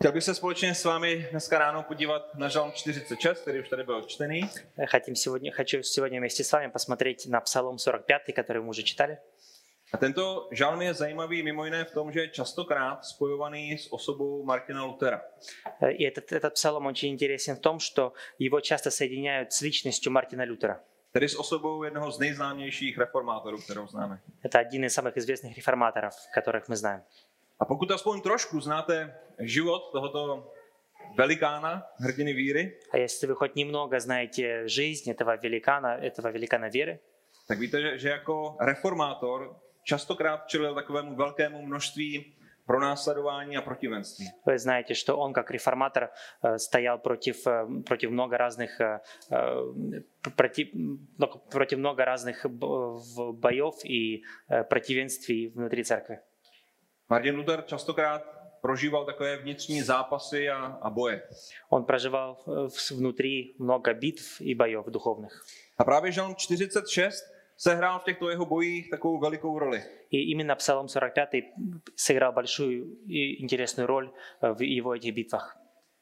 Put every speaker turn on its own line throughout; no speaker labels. Chtěl bych se společně s vámi dneska ráno podívat na žalm 46, který už tady byl čtený.
Э, Хотим сегодня, хочу сегодня вместе с вами посмотреть на Псалом 45, который мы уже читали.
A tento žalm je zajímavý mimo jiné v tom, že je častokrát spojovaný s osobou Martina Lutera.
Э, И этот, этот псалом очень интересен в том, что его часто соединяют с личностью Мартина Лютера.
Tedy s osobou jednoho z nejznámějších reformátorů, kterou známe.
Это один из самых известных реформаторов, которых мы знаем.
A pokud aspoň trošku znáte život tohoto velikána, hrdiny víry,
А если вы хоть немного знаете жизнь этого великана, этого великана веры,
tak víte, že, že jako reformátor častokrát čelil takovému velkému množství pronásledování a protivenství.
вы знаете, что он как реформатор э, стоял против, э, против много разных, э, э, против, ну, против много разных бо- в- боев и э, противенствий внутри церкви.
Martin Luther častokrát prožíval takové vnitřní zápasy a, a boje.
Он проживал э, в- внутри много битв и боев духовных.
A právě Žalm 46 sehrál v těchto jeho bojích takovou velikou roli.
И именно Псалом 45 сыграл большую и интересную роль э, в его этих битвах.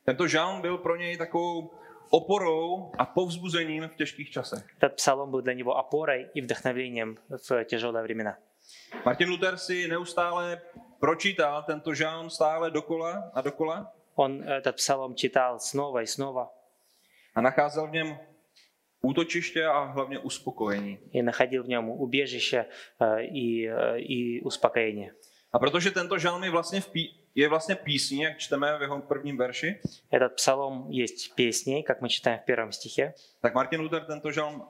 Tento žalm byl pro něj takovou oporou a povzbuzením v těžkých časech.
Этот псалом был для него опорой и вдохновением в тяжелые времена.
Martin Luther si neustále pročítal tento žalm stále dokola a dokola
Он этот псалом читал снова и снова
a nacházel v něm útočiště a hlavně uspokojení.
и находил в нем убежище э, и, э, и успокоение.
A protože tento žalm je vlastně, v pí- je vlastně písní, jak čteme v jeho prvním verši,
Этот псалом есть песни, как мы читаем в первом стихе.
tak Martin Luther tento žalm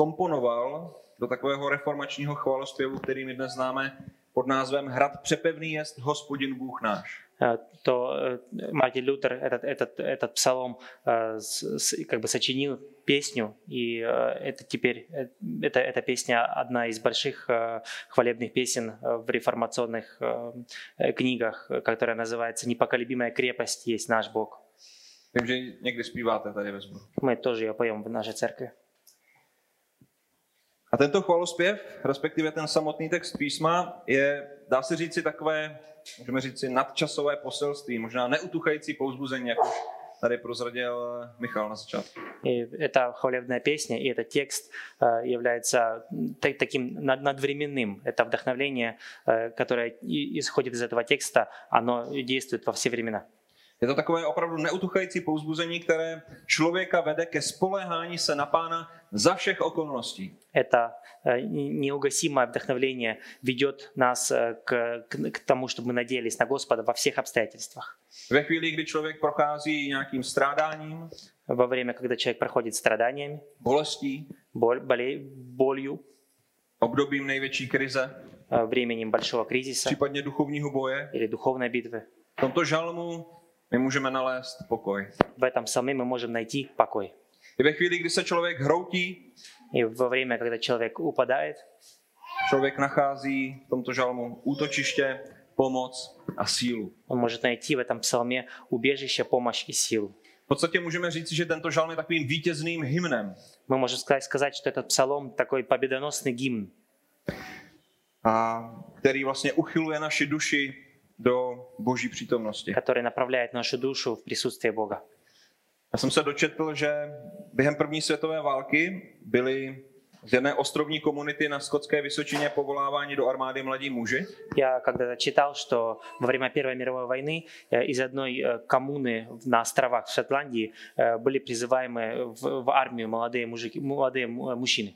skomponoval do takového reformačního chvalospěvu, který my dnes známe pod názvem Hrad přepevný jest hospodin Bůh náš.
э, то э, Мартин Лютер этот, этот, этот псалом э, с- с- как бы сочинил песню, и э, это теперь э, это, эта песня одна из больших э, хвалебных песен э, в реформационных э, э, книгах, э, которая называется «Непоколебимая крепость есть наш Бог».
Vím, že ji někdy zpíváte tady ve sboru.
Мы тоже ее поем в нашей церкви.
A tento chvalospěv, respektive ten samotný text písma, je, dá se říci, takové, můžeme říci, nadčasové poselství, možná neutuchající pouzbuzení, jak už tady prozradil Michal na začátku.
И эта хвалебная песня, и этот текст э, является м, та- таким над- надвременным. Это вдохновление, э, которое и- исходит из этого текста, оно действует во все времена.
Je to takové opravdu neutuchající pouzbuzení, které člověka vede ke spolehání se na pána za všech okolností.
Это э, не- неугасимое вдохновление ведет нас э, к, к- к тому, чтобы мы надеялись на Господа во всех обстоятельствах.
Ve chvíli, kdy člověk prochází nějakým strádáním,
Во время, когда человек проходит страданиями,
bolestí,
боль- боле- болью,
obdobím největší krize,
э, временем большого кризиса
případně duchovního boje,
или духовной битвы,
v tomto žalmu my můžeme nalézt pokoj.
в этом псалме мы можем найти покой.
I ve chvíli, kdy se člověk hroutí,
И во время, когда человек упадает,
člověk nachází v tomto žalmu útočiště, pomoc a sílu.
он может найти в этом псалме убежище, помощь и силу.
V podstatě můžeme říct, že tento žalm je takovým vítězným hymnem.
Мы можем сказать, сказать, что этот псалом такой победоносный гимн,
a který vlastně uchyluje naši duši do boží přítomnosti.
который направляет нашу душу в присутствие Бога.
Já jsem se dočetl, že během první světové války byli z jedné ostrovní komunity na skotské Vysočině povoláváni do armády mladí muži.
Я когда-то читал, что во время Первой мировой войны э, из одной э, коммуны в- на островах в Шотландии э, были призываемы в, в армию молодые, мужики, молодые м- э, мужчины.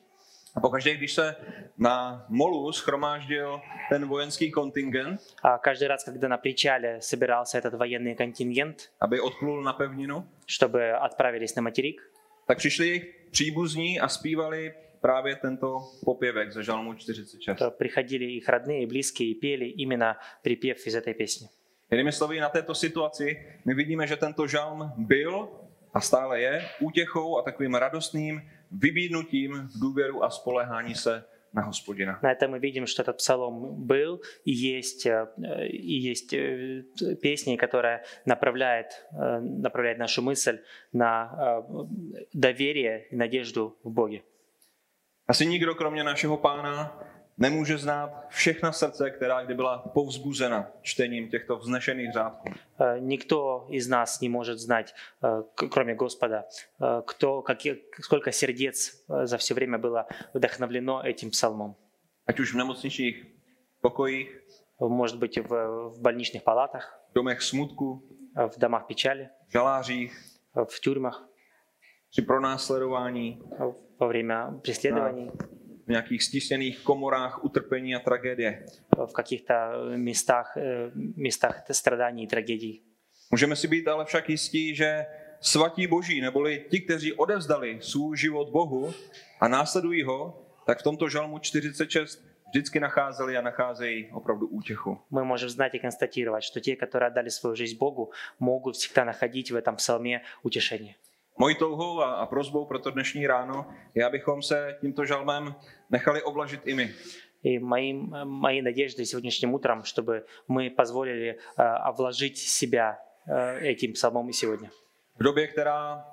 A pokaždé, když se na molu schromáždil ten vojenský kontingent,
А каждый раз, когда на причале собирался этот военный контингент,
aby odplul na pevninu,
чтобы отправились на материк,
tak přišli jejich příbuzní a zpívali právě tento popěvek ze Žalmu 46.
то э, приходили их родные, и близкие и пели именно припев из этой песни.
Jinými slovy, na této situaci my vidíme, že tento žalm byl a stále je útěchou a takovým radostným vybídnutím v důvěru a spolehání se na hospodina.
На этом мы видим, что этот псалом был и есть, э, э, и есть э, т- песни, которая направляет, э, направляет нашу мысль на э, доверие и надежду в Боге.
Asi nikdo kromě našeho pána nemůže znát všechna srdce, která kdy byla povzbuzena čtením těchto vznešených řádků.
Э, Никто из нас не может знать, э, к- кроме Господа, э, кто, какие, сколько сердец э, за все время было вдохновлено этим псалмом.
Ať už v nemocničních pokojích,
Может быть, в, в больничных палатах,
domech smutku,
э, в домах печали,
žalářích,
э, в tюрьмах,
při pronásledování,
э, во время преследований,
v nějakých stisněných komorách utrpení a tragédie.
э, в каких-то местах, э, местах страданий и трагедий.
Můžeme si být ale však jistí, že svatí boží, neboli ti, kteří odevzdali svůj život Bohu a následují ho, tak v tomto žalmu 46 vždycky nacházeli a nacházejí opravdu útěchu.
Мы можем знать и констатировать, что те, которые отдали свою жизнь Богу, могут всегда находить в этом псалме утешение.
Mojí touhou a, a prozbou pro to dnešní ráno je, abychom se tímto žalmem nechali oblažit i my.
И моим, э, моей надеждой сегодняшним утром, чтобы мы позволили э, обложить себя э, этим псалмом и сегодня.
V době, která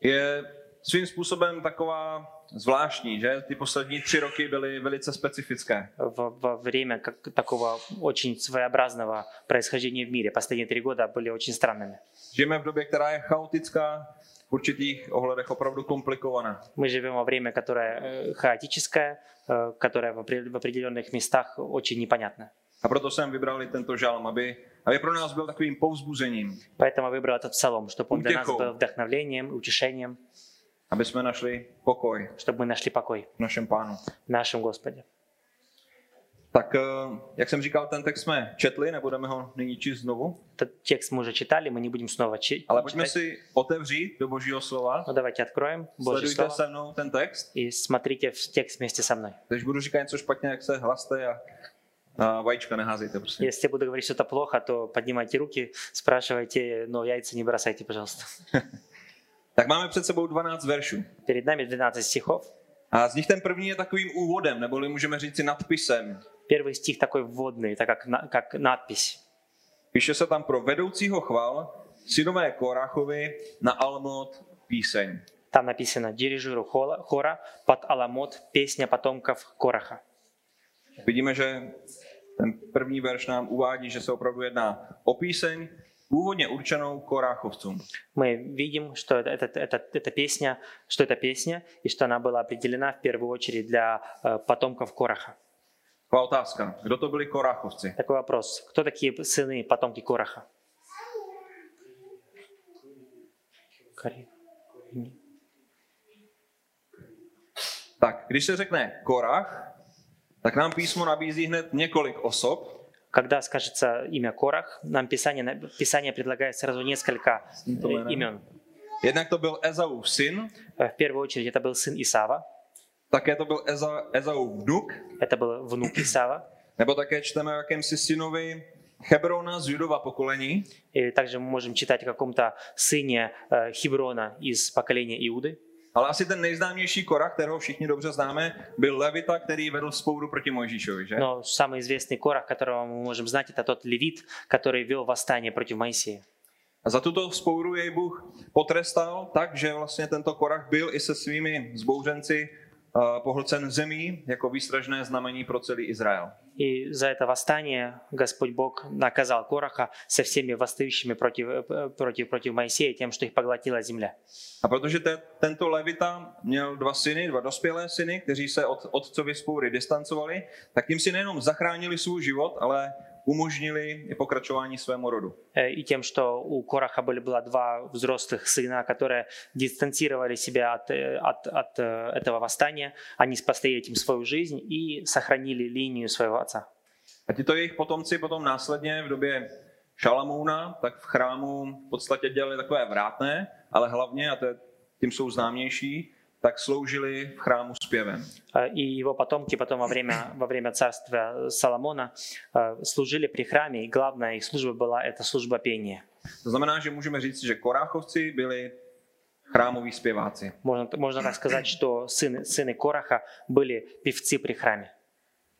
je svým způsobem taková zvláštní, že ty poslední tři roky byly velice specifické.
В- Во время как, такого очень своеобразного происхождения в мире последние три года были очень странными.
Žijeme v době, která je chaotická, v určitých ohledech opravdu komplikovaná.
Мы живем во время, которое э, хаотическое, э, которое в опре- в определенных местах очень непонятно.
A proto jsem vybral i tento žalm, aby, aby pro nás byl takovým povzbuzením,
Поэтому я выбрал этот псалом, чтобы он для нас
Утехом.
был вдохновлением, утешением,
aby jsme našli pokoj
чтобы мы нашли покой
v našem pánu.
в нашем Господе.
Tak, eh, jak jsem říkal, ten text jsme četli, nebudeme ho nyní číst znovu,
Этот текст мы уже читали, мы не будem снова чи-
ale pojďme
читать.
si otevřít do Božího slova.
Ну, давайте откроем Божье
Sledujte
Слово
se mnou ten text.
и смотрите в текст вместе со мной.
Když budu říkat něco špatně, jak se hlaste a, a vajíčka neházejte, prosím.
Если я буду говорить что-то плохо, то поднимайте руки, спрашивайте, но яйца не бросайте, пожалуйста.
Tak máme před sebou 12 veršů.
Перед нами 12 стихов.
A z nich ten první je takovým úvodem, neboli můžeme říct si nadpisem.
Первый стих такой вводный, так как, на- как надпись.
Píše se tam pro vedoucího chval, synové Koráchovi na Almot píseň.
Там написано «Дирижиру хола- хора под Аламот, песня потомков Кораха».
Vidíme, že ten první verš nám uvádí, že se opravdu jedná o píseň původně určenou Koráchovcům.
Мы видим, что это, это, это, это песня, что это песня, и что она была определена в первую очередь для э, потомков Кораха.
Taková otázka, kdo to byli Koráchovci?
Такой вопрос. Кто такие сыны и потомки Кораха? Кори-
Tak, když se řekne Korach, tak nám písmo nabízí hned několik osob.
Когда скажется имя Корах, нам Писание, на- Писание предлагает сразу несколько э,
Интолерантно.
имен.
Jednak to byl Ezaův syn,
Э, В первую очередь это был сын Исава,
také to byl Eza, Ezaův vnuk,
это был внук Исава.
nebo také čteme o jakémsi synovi Hebrona z Judova pokolení,
И также мы можем читать о каком-то сыне э, Хеврона из поколения Иуды.
ale asi ten nejznámější Korach, kterého všichni dobře známe, byl Levita, který vedl spouru proti Mojžíšovi, že?
Но самый известный Корах, которого мы можем знать, это тот левит, который вел восстание против Моисея.
A za tuto spouru jej Bůh potrestal tak, že vlastně tento Korach byl i se svými zbouřenci eh, pohlcen zemí jako výstražné znamení pro celý Izrael.
И за это восстание Господь Бог наказал Кораха со всеми восстающими против, э, против, против Моисея тем, что их поглотила земля.
A protože te, tento Levita měl dva syny, dva dospělé syny, kteří se od otcovy spoury distancovali, tak tím si nejenom zachránili svůj život, ale umožnili i pokračování svému rodu.
Э, И тем, что у Кораха были, было два взрослых сына, которые дистанцировали себя от, э, от, от э, этого восстания. Они спасли этим свою жизнь и сохранили линию своего отца.
A tito jejich potomci potom následně v době Šalamouna, tak v chrámu v podstatě dělali takové vrátné, ale hlavně, a to je, tím jsou známější, tak sloužili v chrámu zpěvem.
Э, И его потомки потом во время, во время царства Соломона э, служили при храме, и главная их служба была это служба пения.
To znamená, že můžeme říct, že Koráchovci byli chrámoví zpěváci.
Можно, можно так сказать, что сыны, сыны Кораха были певцы при храме.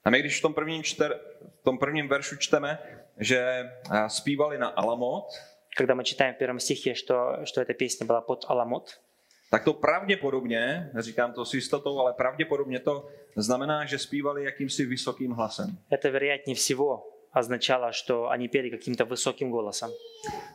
A my, když v tom prvním, čter, v tom prvním veršu čteme, že eh, zpívali na Alamot,
Когда мы читаем в первом стихе, что, что эта песня была под Аламот,
tak to pravděpodobně, neříkám to s jistotou, ale pravděpodobně to znamená, že zpívali jakýmsi vysokým hlasem.
Это, вероятнее всего, означало, что они пели каким-то высоким голосом.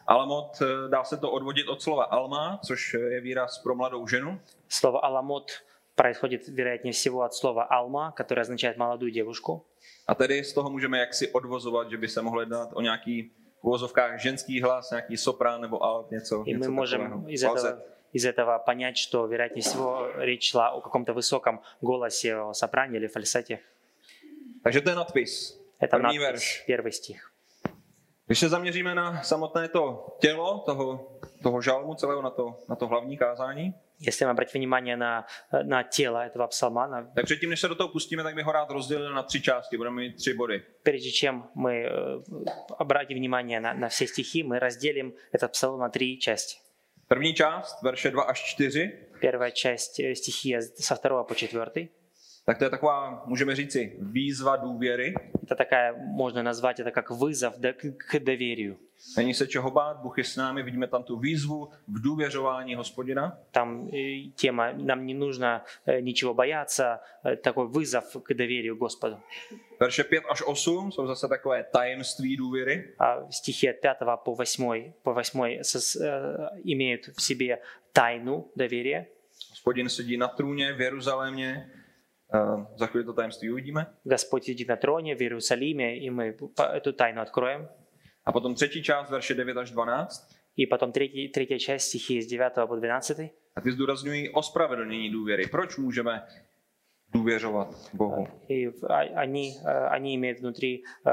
Almot, eh, dá se to odvodit od slova alma, což eh, je výraz pro mladou ženu.
Слово «аламот» происходит, вероятнее всего, от слова «алма», которое означает «молодую девушку».
A tedy z toho můžeme jaksi odvozovat, že by se mohlo jednat o nějaký v uvozovkách ženský hlas, nějaký soprán nebo alt, něco,
И мы
něco
можем
takového.
из
Falzet.
этого, из этого понять, что, вероятнее всего, речь шла о каком-то высоком голосе, о сопране или фальсете.
Takže to je nadpis.
Это
První
надпись,
verš.
первый стих.
Když se zaměříme na samotné to tělo, toho, toho žalmu celého, na to, na to hlavní kázání,
Если мы обратим внимание на, на тело этого псалма, на-
tak předtím, než se do toho pustíme, tak bych ho rád rozdělil na tři části, budeme mít tři body.
прежде чем мы э, обратим внимание на, на все стихи, мы разделим этот псалом на три части.
První část, verše 2 až 4,
Первая часть э, стихи со второго по четвертый.
tak to je taková, můžeme říci, výzva důvěry.
Это такая, можно назвать это как вызов до- к к доверию.
Není se čeho bát, Bůh je s námi, vidíme tam tu výzvu v důvěřování hospodina.
Там э, тема «Нам не нужно э, ничего бояться», э, такой вызов к доверию Господу.
Verše 5 až 8 jsou zase takové tajemství důvěry.
А стихи от 5 по 8, по 8 имеют в себе тайну доверия.
Hospodin sedí na trůně v Jeruzalémě. Eh, Za chvíli to tajemství uvidíme.
Господь сидит на троне в Иерусалиме, и мы по- эту тайну откроем.
A potom třetí část, verše 9 až 12.
И потом третий, третья часть стихи с 9 по 12.
A ty zdůrazňují ospravedlnění důvěry. Proč můžeme důvěřovat Bohu?
И в- а- они, э, они имеют внутри э,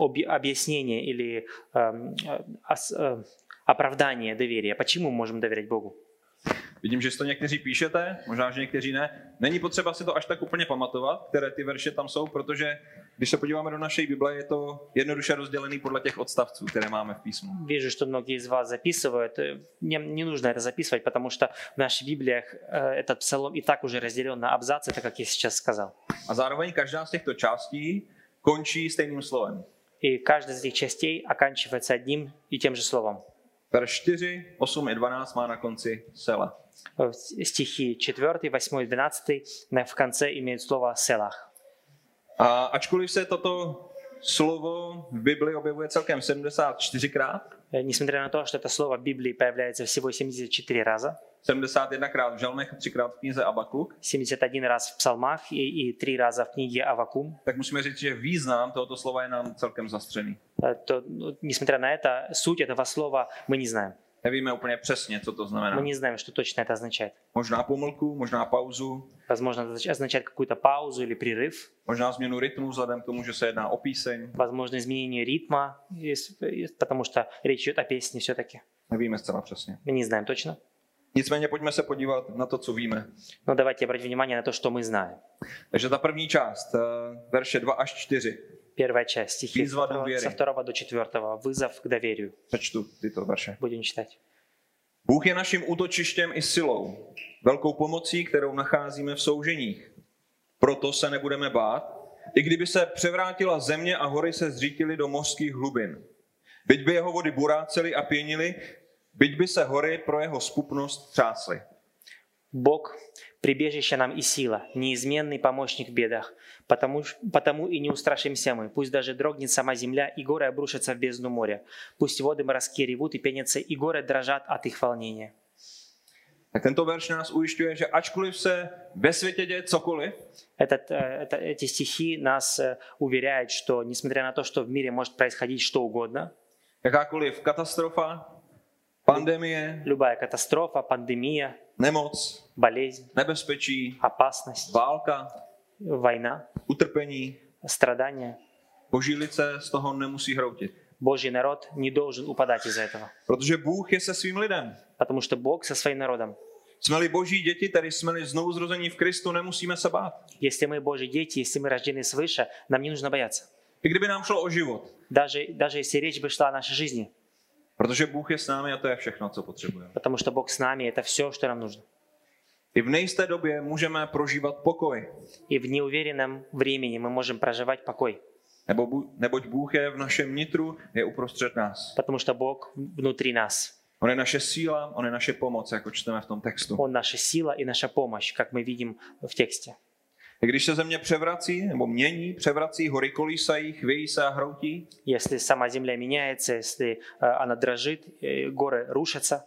объ- объяснение или эм, э, ос- э, оправдание доверия. Почему мы можем доверять Богу?
Vidím, že si to někteří píšete, možná, že někteří ne. Není potřeba si to až tak úplně pamatovat, které ty verše tam jsou, protože když se podíváme do naší Bible, je to jednoduše rozdělený podle těch odstavců, které máme v písmu.
Вижу, что многие из вас записывают. Э, Мне не нужно это записывать, потому что в наших Библиях э, этот псалом и так уже разделен на абзацы, так как я сейчас сказал.
A zároveň každá z těchto částí končí stejným slovem.
И каждая из этих частей оканчивается одним и тем же словом.
Verš 4, 8 i 12 má na konci sela.
Э, Стихи 4, 8, 12 на- в конце имеют слово «селах».
A ačkoliv se toto slovo v Bibli objevuje celkem 74krát,
Э, Несмотря на то, что это слово в Библии появляется всего 74 раза,
71krát v Žalmech a 3krát v knize Abakluk,
71 раз в псалмах и, и 3 раза в книге Авакум,
tak musíme říct, že význam tohoto slova je nám celkem zastřený.
э, то, ну, несмотря на это, суть этого слова мы не знаем.
Nevíme úplně přesně, co to znamená.
Мы не знаем, что точно это означает.
Možná помlku, možná pauzu,
Возможно, это означает какую-то паузу или прерыв,
možná změnu rytmu vzhledem k tomu, že se jedná o píseň.
возможно, изменение ритма, из- из- потому что речь идет о песне все-таки.
Nevíme zcela přesně.
Мы не знаем точно.
Nicméně pojďme se podívat na to, co víme.
Но давайте обратим внимание на то, что мы знаем.
Takže ta první část, eh, verše 2 až 4.
Первая часть стихи
Призва
со второго-
доверия.
со второго до четвертого. Vызов к доверию.
Přečtu tyto verše.
Будем читать.
Bůh je naším útočištěm i silou, velkou pomocí, kterou nacházíme v souženích. Proto se nebudeme bát, i kdyby se převrátila země a hory se zřítily do mořských hlubin. Byť by jeho vody burácely a pěnily, byť by se hory pro jeho skupnost třásly.
Бог – прибежище нам и сила, неизменный помощник в бедах. Потому, ж- потому и не устрашимся мы. Пусть даже дрогнет сама земля, и горы обрушатся в бездну моря. Пусть воды морские ревут и пенятся, и горы дрожат от их волнения.
Tak tento verš nás ujišťuje, že ačkoliv se ve světě děje cokoliv,
Этот, э, это- эти стихи нас э, уверяют, что несмотря на то, что в мире может происходить что угодно,
jakákoliv katastrofa, pandemie,
любая катастрофа, пандемия,
nemoc,
болезнь,
nebezpečí,
опасность,
válka,
война,
utrpení,
страдания,
Božílice z toho nemusí hroutit.
Божий народ не должен упадать из-за этого.
Protože Bůh je se svým lidem.
Потому что Бог со своим народом
Jsme-li boží děti, tedy jsme-li znovu zrození v Kristu, nemusíme se bát.
Если мы Божьи дети, если мы рождены свыше, нам не нужно бояться.
I kdyby nám šlo o život.
Даже, даже если речь бы шла о нашей жизни.
Protože Bůh je s námi a to je všechno, co potřebujeme.
Потому что Бог с нами, это все, что нам нужно.
I v nejisté době můžeme prožívat pokoj.
И в неуверенном времени мы можем проживать покой.
Nebo Bůh, neboť Bůh je v našem nitru, je uprostřed nás.
Потому что Бог внутри нас.
On je naše síla, on je naše pomoc, jako čteme v tom textu.
Он наша сила и наша помощь, как мы видим в тексте.
I Když se země převrací, nebo mění, převrací, hory kolísají, chvějí se a hroutí,
Если сама земля меняется, если э, она дрожит, э, горы рушатся,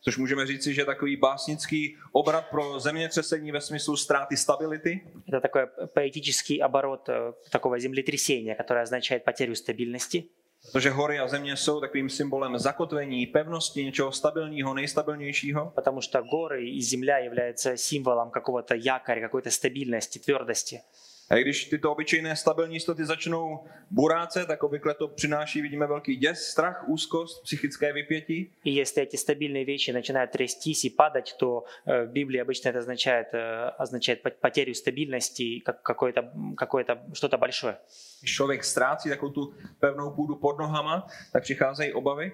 což můžeme říci, že je takový básnický obrat pro zemětřesení ve smyslu ztráty stability.
это такой поэтический оборот э, такого землетрясения, которое означает потерю стабильности.
Protože hory a země jsou takovým symbolem zakotvení, pevnosti, něčeho stabilního, nejstabilnějšího.
потому что горы и земля являются символом какого-то якоря, какой-то стабильности, твердости.
A i když tyto obyčejné stabilní jistoty začnou buráce, tak obvykle to přináší, vidíme, velký děs, strach, úzkost, psychické vypětí.
И если эти стабильные вещи начинают трястись и падать, то э, в Библии обычно это означает, э, означает пот- потерю стабильности, и как какое-то, какое-то что-то большое.
Když člověk ztrácí takovou tu pevnou půdu pod nohama, tak přicházejí obavy.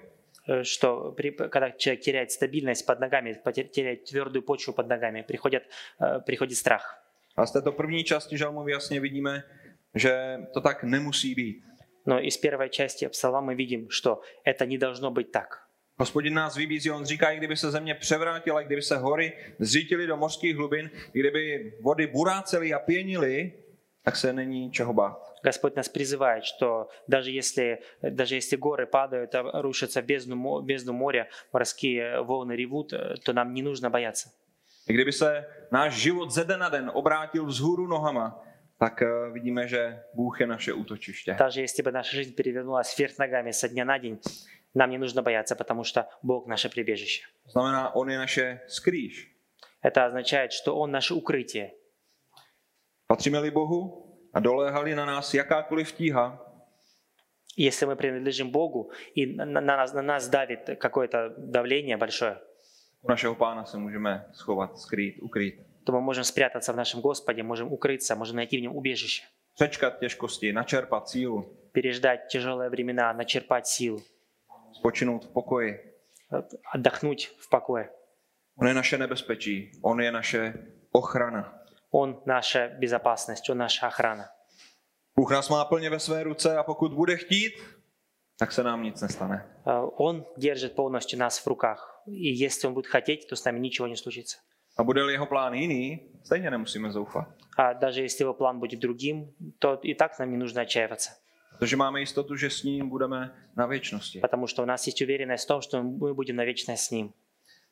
Э, Что при- когда человек теряет стабильность под ногами, потер- теряет твердую почву под ногами, приходит, э, приходит страх.
A z této první části žalmu jasně vidíme, že to tak nemusí být.
Но из первой части псалма мы видим, что это не должно быть так.
Hospodin nás vybízí, on říká, i kdyby se země převrátila, i kdyby se hory zřítily do mořských hlubin, i kdyby vody burácely a pěnily, tak se není čeho bát.
Господь нас призывает, что даже если, даже если горы падают, а рушатся в бездну, мо- бездну моря, морские волны ревут, э, то нам не нужно бояться.
I kdyby se náš život ze den na den obrátil vzhůru nohama, tak eh, vidíme, že Bůh je naše útočiště.
Даже если бы наша жизнь перевернулась вверх ногами со дня на день, нам не нужно бояться, потому что Бог наше прибежище.
To znamená, on je naše skrýž.
Это означает, что Он наше укрытие.
Patříme-li Bohu a doléhali na nás jakákoliv tíha,
И Если мы принадлежим Богу, и на, на нас, на нас давит какое-то давление большое,
u našeho pána se můžeme schovat, skrýt, ukrýt.
то мы можем спрятаться в нашем Господе, можем укрыться, можем найти в Нем убежище,
Přečkat těžkosti, načerpat sílu,
переждать тяжелые времена, начерпать сил, э,
spočinout v pokoji.
отдохнуть в покое.
On je naše nebezpečí, on je naše ochrana.
Он наша безопасность, Он наша охрана.
Bůh nás má plně ve své ruce a pokud bude chtít, tak se nám nic nestane.
Э, Он держит полностью нас в руках. И если Он будет хотеть, то с нами ничего не случится.
A bude-li jeho plán jiný, stejně nemusíme zoufat.
А даже если его план будет другим, то и так нам не нужно отчаиваться.
Protože máme jistotu, že s ním budeme na věčnosti.
Потому что у нас есть уверенность в том, что мы будем навечно с Ним.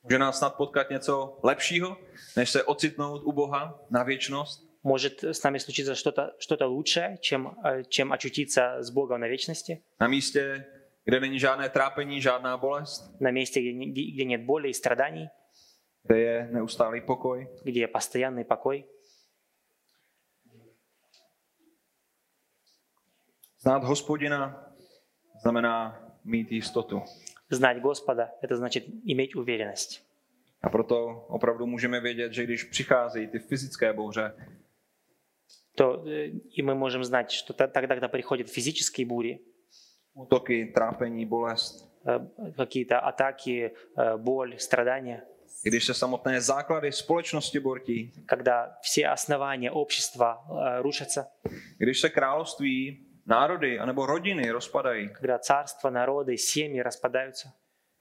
Může nás snad potkat něco lepšího, než se ocitnout u Boha na věčnost.
Может с нами случиться что-то что лучшее, чем, э, чем очутиться с Богом на вечности,
Na místě, kde není žádné trápení, žádná bolest,
на месте, где, не- где- где нет боли и страданий,
kde je neustálý pokoj.
где постоянный покой.
Znát hospodina znamená mít jistotu.
Знать Господа – это значит иметь уверенность.
A proto opravdu můžeme vědět, že když přicházejí ty fyzické bouře,
то э, и мы можем знать, что т- тогда, когда приходят физические бури,
útoky, trápení, bolest,
э, какие-то атаки, э, боль, страдания,
i když se samotné základy společnosti bortí,
когда все основания общества э, рушатся,
i když se království, národy anebo rodiny rozpadají,
когда царства, народы, семьи распадаются,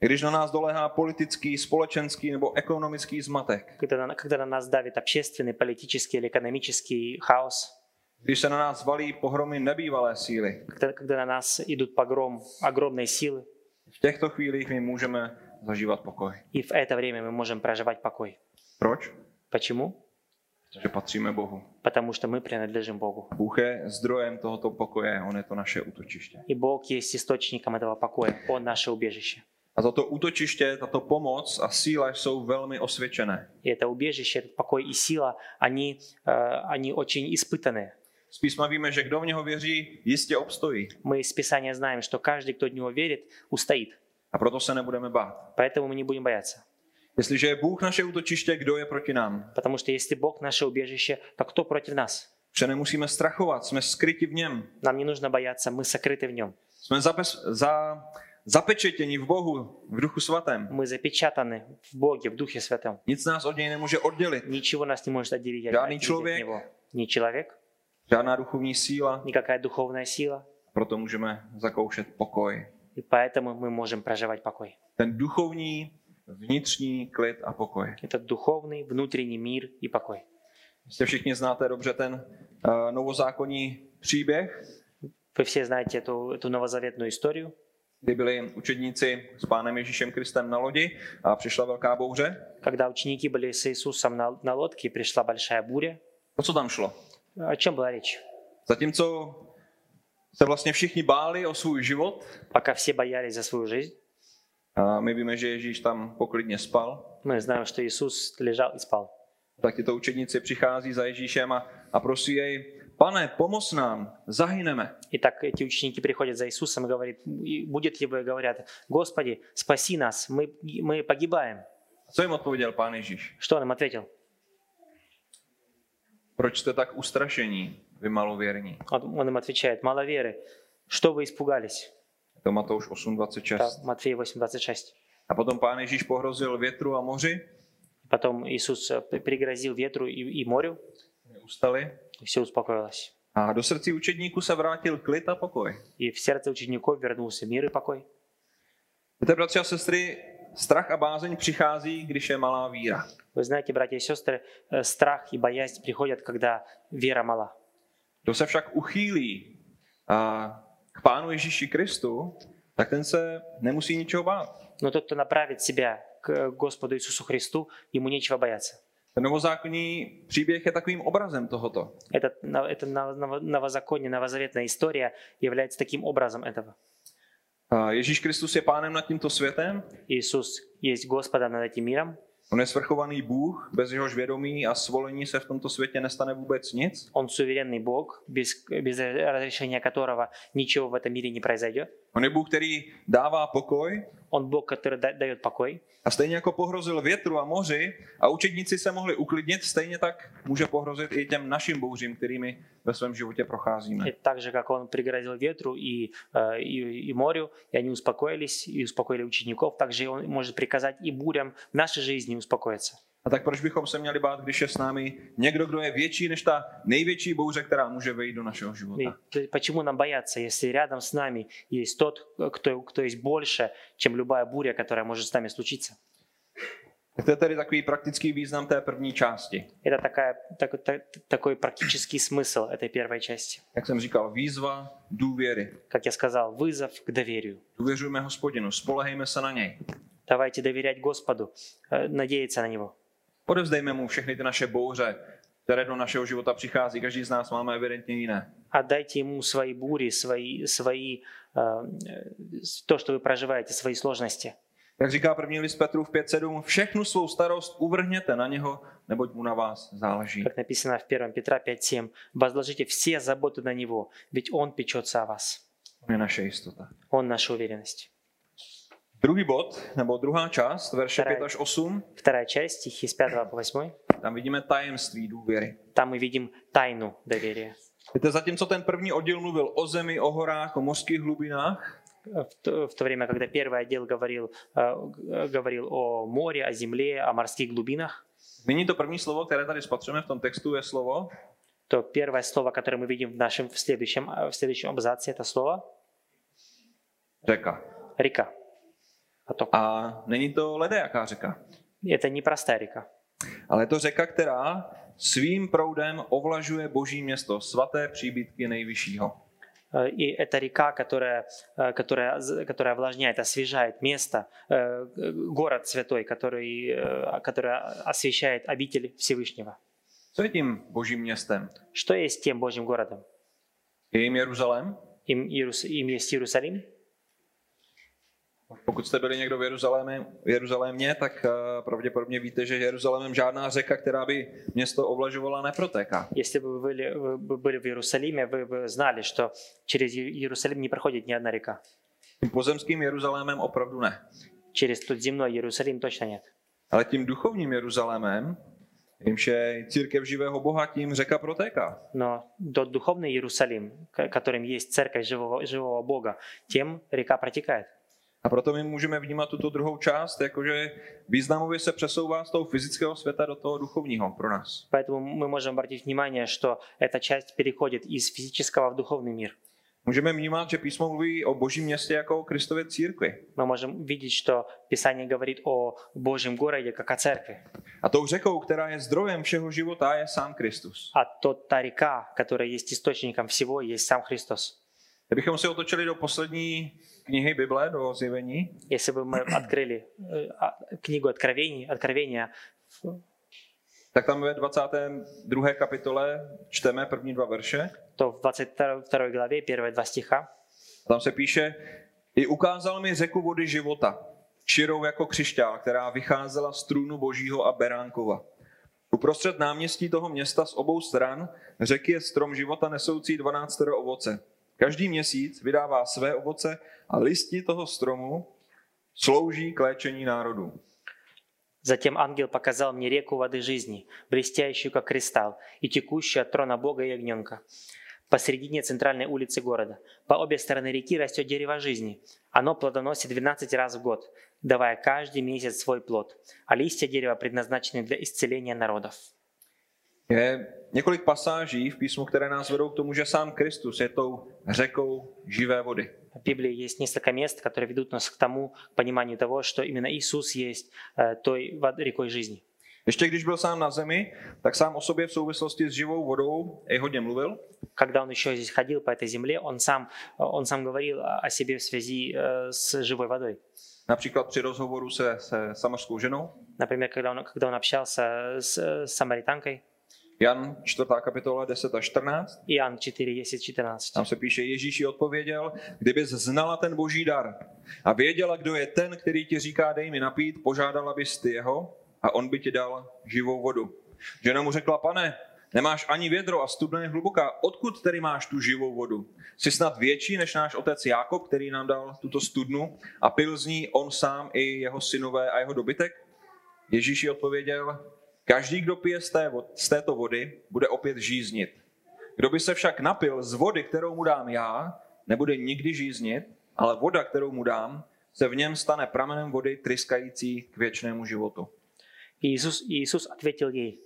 i když na nás doléhá politický, společenský nebo ekonomický zmatek,
когда на, когда на нас давит общественный, политический или экономический хаос,
když se na nás valí pohromy nebývalé síly,
когда, когда на нас идут погром, огромные силы,
v těchto chvílích my můžeme zažívat pokoj.
и в это время мы можем проживать покой.
Proč?
Почему?
Protože patříme Bohu.
Потому что мы принадлежим Богу.
Bůh je zdrojem tohoto pokoje, On je to naše útočiště.
И Бог есть источником этого покоя. Он наше убежище.
A toto útočiště, tato pomoc a síla jsou velmi osvědčené.
и это убежище, этот покой и сила, они, э, они очень испытаны.
Z písma víme, že kdo v něho věří, jistě obstojí.
Мы из Писания знаем, что каждый, кто в него верит, устоит.
A proto se nebudeme bát.
Поэтому мы не будем бояться.
Jestliže je Bůh naše útočiště, kdo je proti nám?
Потому что если Бог наше убежище, то кто против нас?
Že nemusíme strachovat, jsme skryti v něm.
Нам не нужно бояться, мы сокрыты в нем.
Jsme zapes, za, zapečetěni v Bohu, v duchu svatém.
Мы запечатаны в Боге, в Духе Святом.
Nic nás od něj nemůže oddělit.
Ничего нас не может отделить от,
Да, ни
отделить
человек.
от Него. Ни человек,
Žádná duchovní síla,
никакая духовная сила.
proto můžeme zakoušet pokoj.
И поэтому мы можем проживать покой.
Ten duchovní, vnitřní klid a pokoj.
Это духовный, внутренний мир и покой.
Jste všichni znáte dobře ten eh, novozákonní příběh,
Вы все знаете эту, эту новозаветную историю,
kdy byli učedníci s pánem Ježíšem Kristem na lodi a přišla velká bouře.
когда ученики были с Иисусом на, на лодке, и пришла большая буря.
O co tam šlo?
О чем была речь?
Zatímco se vlastně všichni báli o svůj život,
Пока все боялись за свою жизнь,
a my víme, že Ježíš tam poklidně spal,
мы знаем, что Иисус лежал и спал.
tak tito učedníci přichází za Ježíšem a, a prosí jej, pane, pomoz nám, zahyneme.
И так эти ученики приходят за Иисусом и говорят, «И будет ли вы, говорят, Господи, спаси нас, мы, мы погибаем.
A co jim odpověděl pán Ježíš?
Что он им ответил?
Proč jste tak ustrašení, vy malověrní?
Он, он им отвечает, мало веры, что вы испугались?
Je to Matouš 8.26.
Это Матфея 8:26.
A potom pán Ježíš pohrozil větru a moři,
Потом Иисус э, пригрозил ветру и, и морю,
ustali
и все успокоилось.
a do srdcí učedníků se vrátil klid a pokoj.
И в сердце учеников вернулся мир и покой.
Víte, bratři a sestry, strach a bázeň přichází, když je malá víra.
Вы знаете, братья и сестры, э, страх и боязнь приходят, когда вера мала.
Kdo se však uchýlí a, k Pánu Ježíši Kristu, tak ten se nemusí ničeho bát.
Но тот, кто направит себя к э, Господу Иисусу Христу, ему нечего бояться.
Ten novozákonní příběh je takovým obrazem tohoto.
Этот, на- это нов- нов- новозаконие, новозаветная история является таким образом этого.
A Ježíš Kristus je pánem nad tímto světem,
Иисус есть Господом над этим миром,
on je svrchovaný Bůh, bez jehož vědomí a svolení se v tomto světě nestane vůbec nic.
Он суверенный Бог, без, без разрешения которого ничего в этом мире не произойдет.
On je Bůh, který dává pokoj
Он Бог, который да- дает покой.
a stejně jako pohrozil větru a moři a učedníci se mohli uklidnit, stejně tak může pohrozit i těm našim bouřím, kterými ve svém životě procházíme.
И так же, как он пригрозил ветру и, э, и, и морю, и они успокоились, и успокоили учеников, так же и он может приказать и бурям в нашей жизни успокоиться.
A tak proč bychom se měli bát, když je s námi někdo, kdo je větší než ta největší bouře, která může vejít do našeho
И
života?
т- почему нам бояться, если рядом с нами есть тот, э, кто, кто есть больше, чем любая буря, которая может с нами случиться?
Tak to je tedy takový praktický význam té první části.
Это такая, так- так- такой практический смысл этой первой части.
Jak jsem říkal, výzva důvěry.
Как я сказал, вызов к доверию.
Důvěřujme hospodinu, spolehejme se na něj.
Давайте доверять Господу, э, надеяться на Него.
Odevzdejme mu všechny ty naše bouře, které do našeho života přichází. Každý z nás máme evidentně jiné.
Отдайте Ему свои бури, свои, свои, э, э, с- то, что вы проживаете, свои сложности.
Jak říká první list Petru v 5.7, všechnu svou starost uvrhněte na něho, neboť mu na vás záleží.
Как написано в 1 Петра 5.7. Возложите все заботы на Него, ведь Он печется о вас.
On je naše jistota.
Он наша уверенность.
Druhý bod, nebo druhá část, verše
Která je?
5 až 8,
Вторая часть, стихи с 5 по 8.
tam vidíme tajemství důvěry.
Там мы видим тайну доверия.
Víte, zatímco ten první oddíl mluvil o zemi, o horách, o mořských hlubinách,
Э, В то, в то время, когда первый отдел говорил, э, г- говорил о море, о земле, о морских глубинах,
nyní to první slovo, které tady spatřujeme v tom textu, je slovo
то первое слово, которое мы видим в нашем в следующем, э, в следующем абзаце, это слово
řeka.
река. Поток.
A není to ledejaká řeka,
Это непростая река.
ale je to řeka, která svým proudem ovlažuje boží město, svaté příbytky nejvyššího.
Э, И это река, которая, э, которая, з- которая влажняет, освежает место, э, э, город святой, который, э, который освещает обитель Всевышнего.
Co je tím božím městem?
Что есть тем Божьим городом?
Je jim Jeruzalém?
Им, Иерус- им есть Иерусалим.
Pokud jste byli někdo v Jeruzalémě, v Jeruzalémě tak eh, pravděpodobně víte, že Jeruzalémem žádná řeka, která by město ovlažovala, neprotéká.
Если бы вы были, вы бы были в Иерусалиме, вы бы знали, что через Иер- Иерусалим не проходит ни одна река.
Tím pozemským Jeruzalémem opravdu ne.
Через тот земной Иерусалим точно нет.
Ale tím duchovním Jeruzalémem, jimž je církev živého Boha, tím řeka protéká.
Но тот духовный Иерусалим, к- которым есть церковь живого, живого Бога, тем река протекает.
A proto my můžeme vnímat tuto druhou část, jakože významově se přesouvá z toho fyzického světa do toho duchovního pro nás.
Поэтому мы можем обратить внимание, что эта часть переходит из физического в духовный мир.
Můžeme vnímat, že písmo mluví o božím městě jako o Kristově církvi.
Мы можем видеть, что Писание говорит о Божьем городе как о церкви.
A tou řekou, která je zdrojem všeho života, je sám Kristus.
А тот, та река, которая есть источником всего, есть сам Христос.
Kdybychom se otočili do poslední knihy Bible, do zjevení,
Если бы мы открыли э, а- книгу Откровений, Откровения,
tak tam ve 22. kapitole čteme první dva verše.
то в 22 главе, первые два стиха,
Tam se píše, i ukázal mi řeku vody života, širou jako křišťál, která vycházela z trůnu božího a Beránkova. Uprostřed náměstí toho města z obou stran řeky je strom života nesoucí 12 ovoce. Každý měsíc vydává své ovoce a listi toho stromu slouží k léčení národů.
«Затем ангел показал мне реку воды жизни, блестящую, как кристалл, и текущую от трона Бога и Ягненка, посредине центральной улицы города. По обе стороны реки растет дерево жизни. Оно плодоносит 12 раз в год, давая каждый месяц свой плод. А листья дерева предназначены для исцеления народов».
Je několik pasáží v písmu, které nás vedou k tomu, že sám Kristus je tou řekou živé vody.
В Библии есть несколько мест, которые ведут нас к тому, к пониманию того, что именно Иисус есть э, той вод- рекой жизни.
Ještě když byl sám na zemi, tak sám o sobě v souvislosti s živou vodou i hodně mluvil.
Когда он еще здесь ходил по этой земле, он сам, он сам говорил о о себе в связи э, с живой водой.
Například při rozhovoru se, se samařskou ženou.
Например, когда он, когда он общался с, э, с самаританкой,
Jan 4. kapitola 10 a 14.
Иоанн 4, 10, 14.
Tam se píše, Ježíš jí odpověděl, kdyby znala ten boží dar a věděla, kdo je ten, který ti říká, dej mi napít, požádala bys ty jeho a on by ti dal živou vodu. Žena mu řekla, pane, nemáš ani vědro a studna je hluboká, odkud tedy máš tu živou vodu? Jsi snad větší než náš otec Jákob, který nám dal tuto studnu a pil z ní on sám i jeho synové a jeho dobytek? Ježíš jí odpověděl, každý, kdo pije z, té, vo- z této vody, bude opět žíznit. Kdo by se však napil z vody, kterou mu dám já, nebude nikdy žíznit, ale voda, kterou mu dám, se v něm stane pramenem vody tryskající k věčnému životu.
И Иисус, и Иисус ответил ей,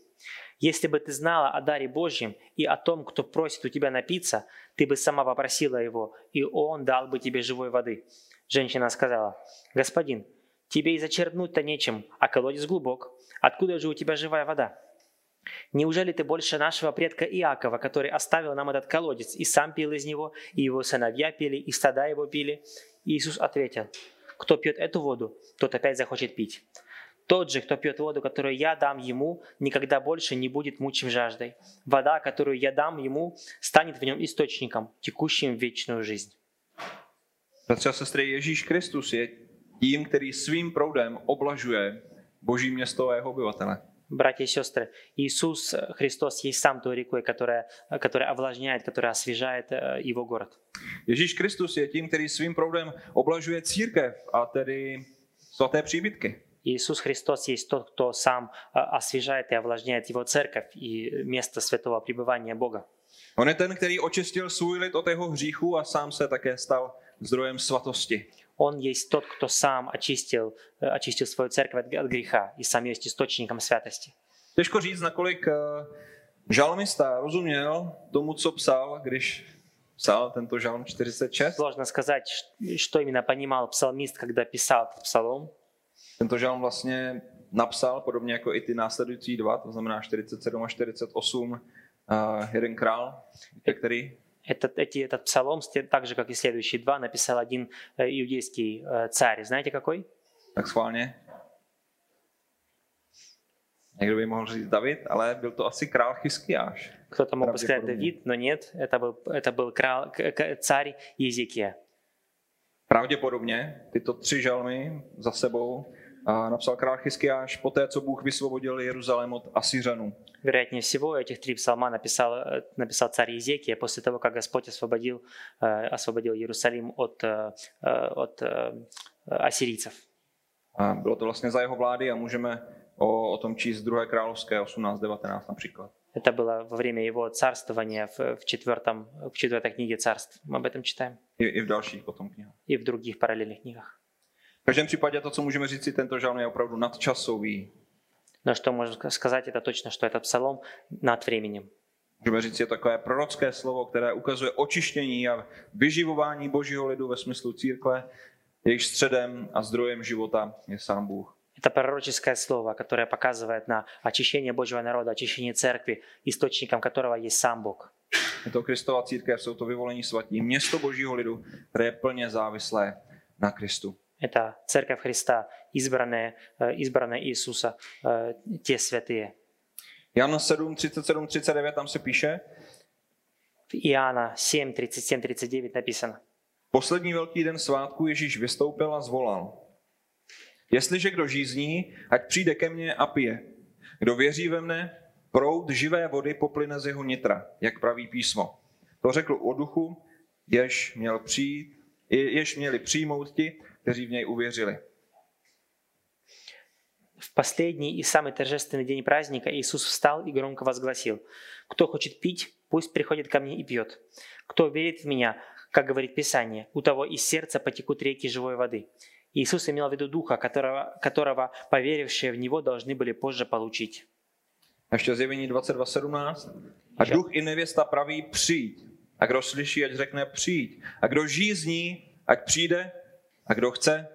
«Если бы ты знала о даре Божьем и о том, кто просит у тебя напиться, ты бы сама попросила его, и он дал бы тебе живой воды». Женщина сказала, «Господин, тебе и зачерпнуть-то нечем, а колодец глубок. Откуда же у тебя живая вода?» Неужели ты больше нашего предка Иакова, который оставил нам этот колодец и сам пил из него, и его сыновья пили, и стада его пили? Иисус ответил, кто пьет эту воду, тот опять захочет пить. Тот же, кто пьет воду, которую я дам ему, никогда больше не будет мучим жаждой. Вода, которую я дам ему, станет в нем источником, текущим в вечную жизнь.
Bratři a sestry, Ježíš Kristus je tím, který svým proudem oblažuje boží město a jeho obyvatele.
Братья и сестры, Иисус э, Христос есть сам той рекой, которая, которая овлажняет, которая освежает э, его город.
Ježíš Kristus je tím, který svým proudem oblažuje církev a tedy svaté příbytky.
Иисус Христос есть тот, кто сам э, освежает и овлажняет его церковь и место святого пребывания Бога.
On je ten, který očistil svůj lid od jeho hříchu a sám se také stal zdrojem svatosti.
Он есть тот, кто сам очистил, э, очистил свою церковь от г- от греха и сам есть источником святости.
Těžko říct, nakolik eh, žalmista rozuměl tomu, co psal, když psal tento žalm 46.
Сложно сказать, ш- что именно понимал псалмист, когда писал этот псалом.
Tento žalm vlastně napsal, podobně jako i ty následující dva, to znamená 47 a 48, eh, jeden král, víte, který?
Этот, эти, этот псалом, сте- так же, как и следующие два, написал один э, иудейский э, царь. Знаете, какой?
Tak schválně. Někdo by mohl říct David, ale byl to asi král Chyskiáš.
Кто-то мог бы сказать
Правдеподобный.
Давид, но нет, это был, это был крал- к- к- царь Езекия.
Pravděpodobně tyto tři žalmy za sebou eh, napsal král Chyskiáš poté, co Bůh vysvobodil Jeruzalém od Asiřanů.
Вероятнее всего, этих три псалма написал, э, написал царь Езекия после того, как Господь освободил, э, освободил Иерусалим от, э, э, от э, ассирийцев.
A bylo to vlastně za jeho vlády a můžeme o, o tom číst 2. královské 18.19 například.
Это было во время его царствования в, в, четвертом, в четвертой книге царств. Мы об этом читаем.
I, I v dalších potom knihách.
И в других параллельных книгах.
V každém případě to, co můžeme říct, si tento žalm je opravdu nadčasový.
Но что можно ска- сказать, это точно, что этот псалом над временем.
můžeme říct, je takové prorocké slovo, které ukazuje očištění a vyživování božího lidu ve smyslu církve, jejíž středem a zdrojem života je sám Bůh.
Это пророческое слово, которое показывает на очищение Божьего народа, очищение церкви, источником которого есть сам Бог.
Je to Kristova církev, jsou to vyvolení svatí, město božího lidu, které je plně závislé na Kristu.
Это церковь Христа, избранная, э, избранная Иисуса, э, те святые.
Jan 7, 37, 39, tam se píše,
В Иоанна 7, 37, 39 napисано.
Poslední velký den svátku Ježíš vystoupil a zvolal. Jestliže kdo žízní, ať přijde ke mně a pije. Kdo věří ve mne, proud živé vody poplyne z jeho nitra, jak praví písmo. To řekl o duchu, jež, měl přijít, je- jež měli přijmout ti, kteří v něj uvěřili.
В последний и самый торжественный день праздника Иисус встал и громко возгласил, «Кто хочет пить, пусть приходит ко мне и пьет. Кто верит в меня, как говорит Писание, у того из сердца потекут реки живой воды». Иисус имел в виду Духа, которого, которого поверившие в Него должны были позже получить.
A Ještě zjevení 22.17. A duch i nevěsta praví přijď. A kdo slyší, ať řekne přijď. A kdo žízní, ať přijde. A kdo chce,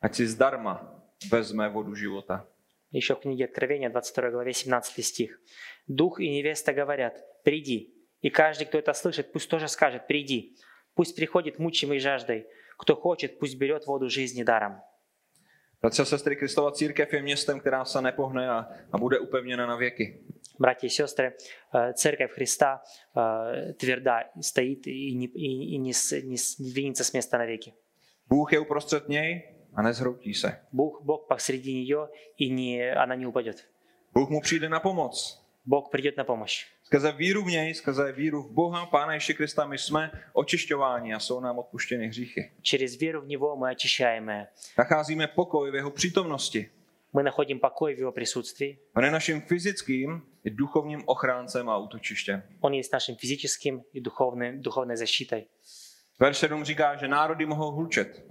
ať si zdarma vezme vodu života.
Еще в книге Откровения, 22 главе, 17 стих. «Дух и невеста говорят, приди, и каждый, кто это слышит, пусть тоже скажет, приди. Пусть приходит мучимый жаждой, кто хочет, пусть берет воду жизни даром».
Bratři a sestry, Kristova církev je městem, která se nepohne a, a bude upevněna na věky.
Братья и сестры, э, Церковь Христа э, тверда стоит и не, и- и не с- не с- не двинется с места навеки.
Bůh je uprostřed něj a nezhroutí se.
Бог, Бог посреди нее, и не, она не упадет.
Bůh mu přijde na pomoc.
Bог придет на помощь.
Skrze víru v něj, skrze víru v Boha, Pána Ježíše Krista, my jsme očišťováni a jsou nám odpuštěny hříchy.
Через веру в Него мы очищаемые.
Nacházíme pokoj v jeho přítomnosti.
Мы находим покой в Его присутствии.
On je naším fyzickým i duchovním ochráncem a útočištěm.
Он есть нашим физическим и духовным, духовной защитой.
Verš 7 říká, že národy mohou hlučet,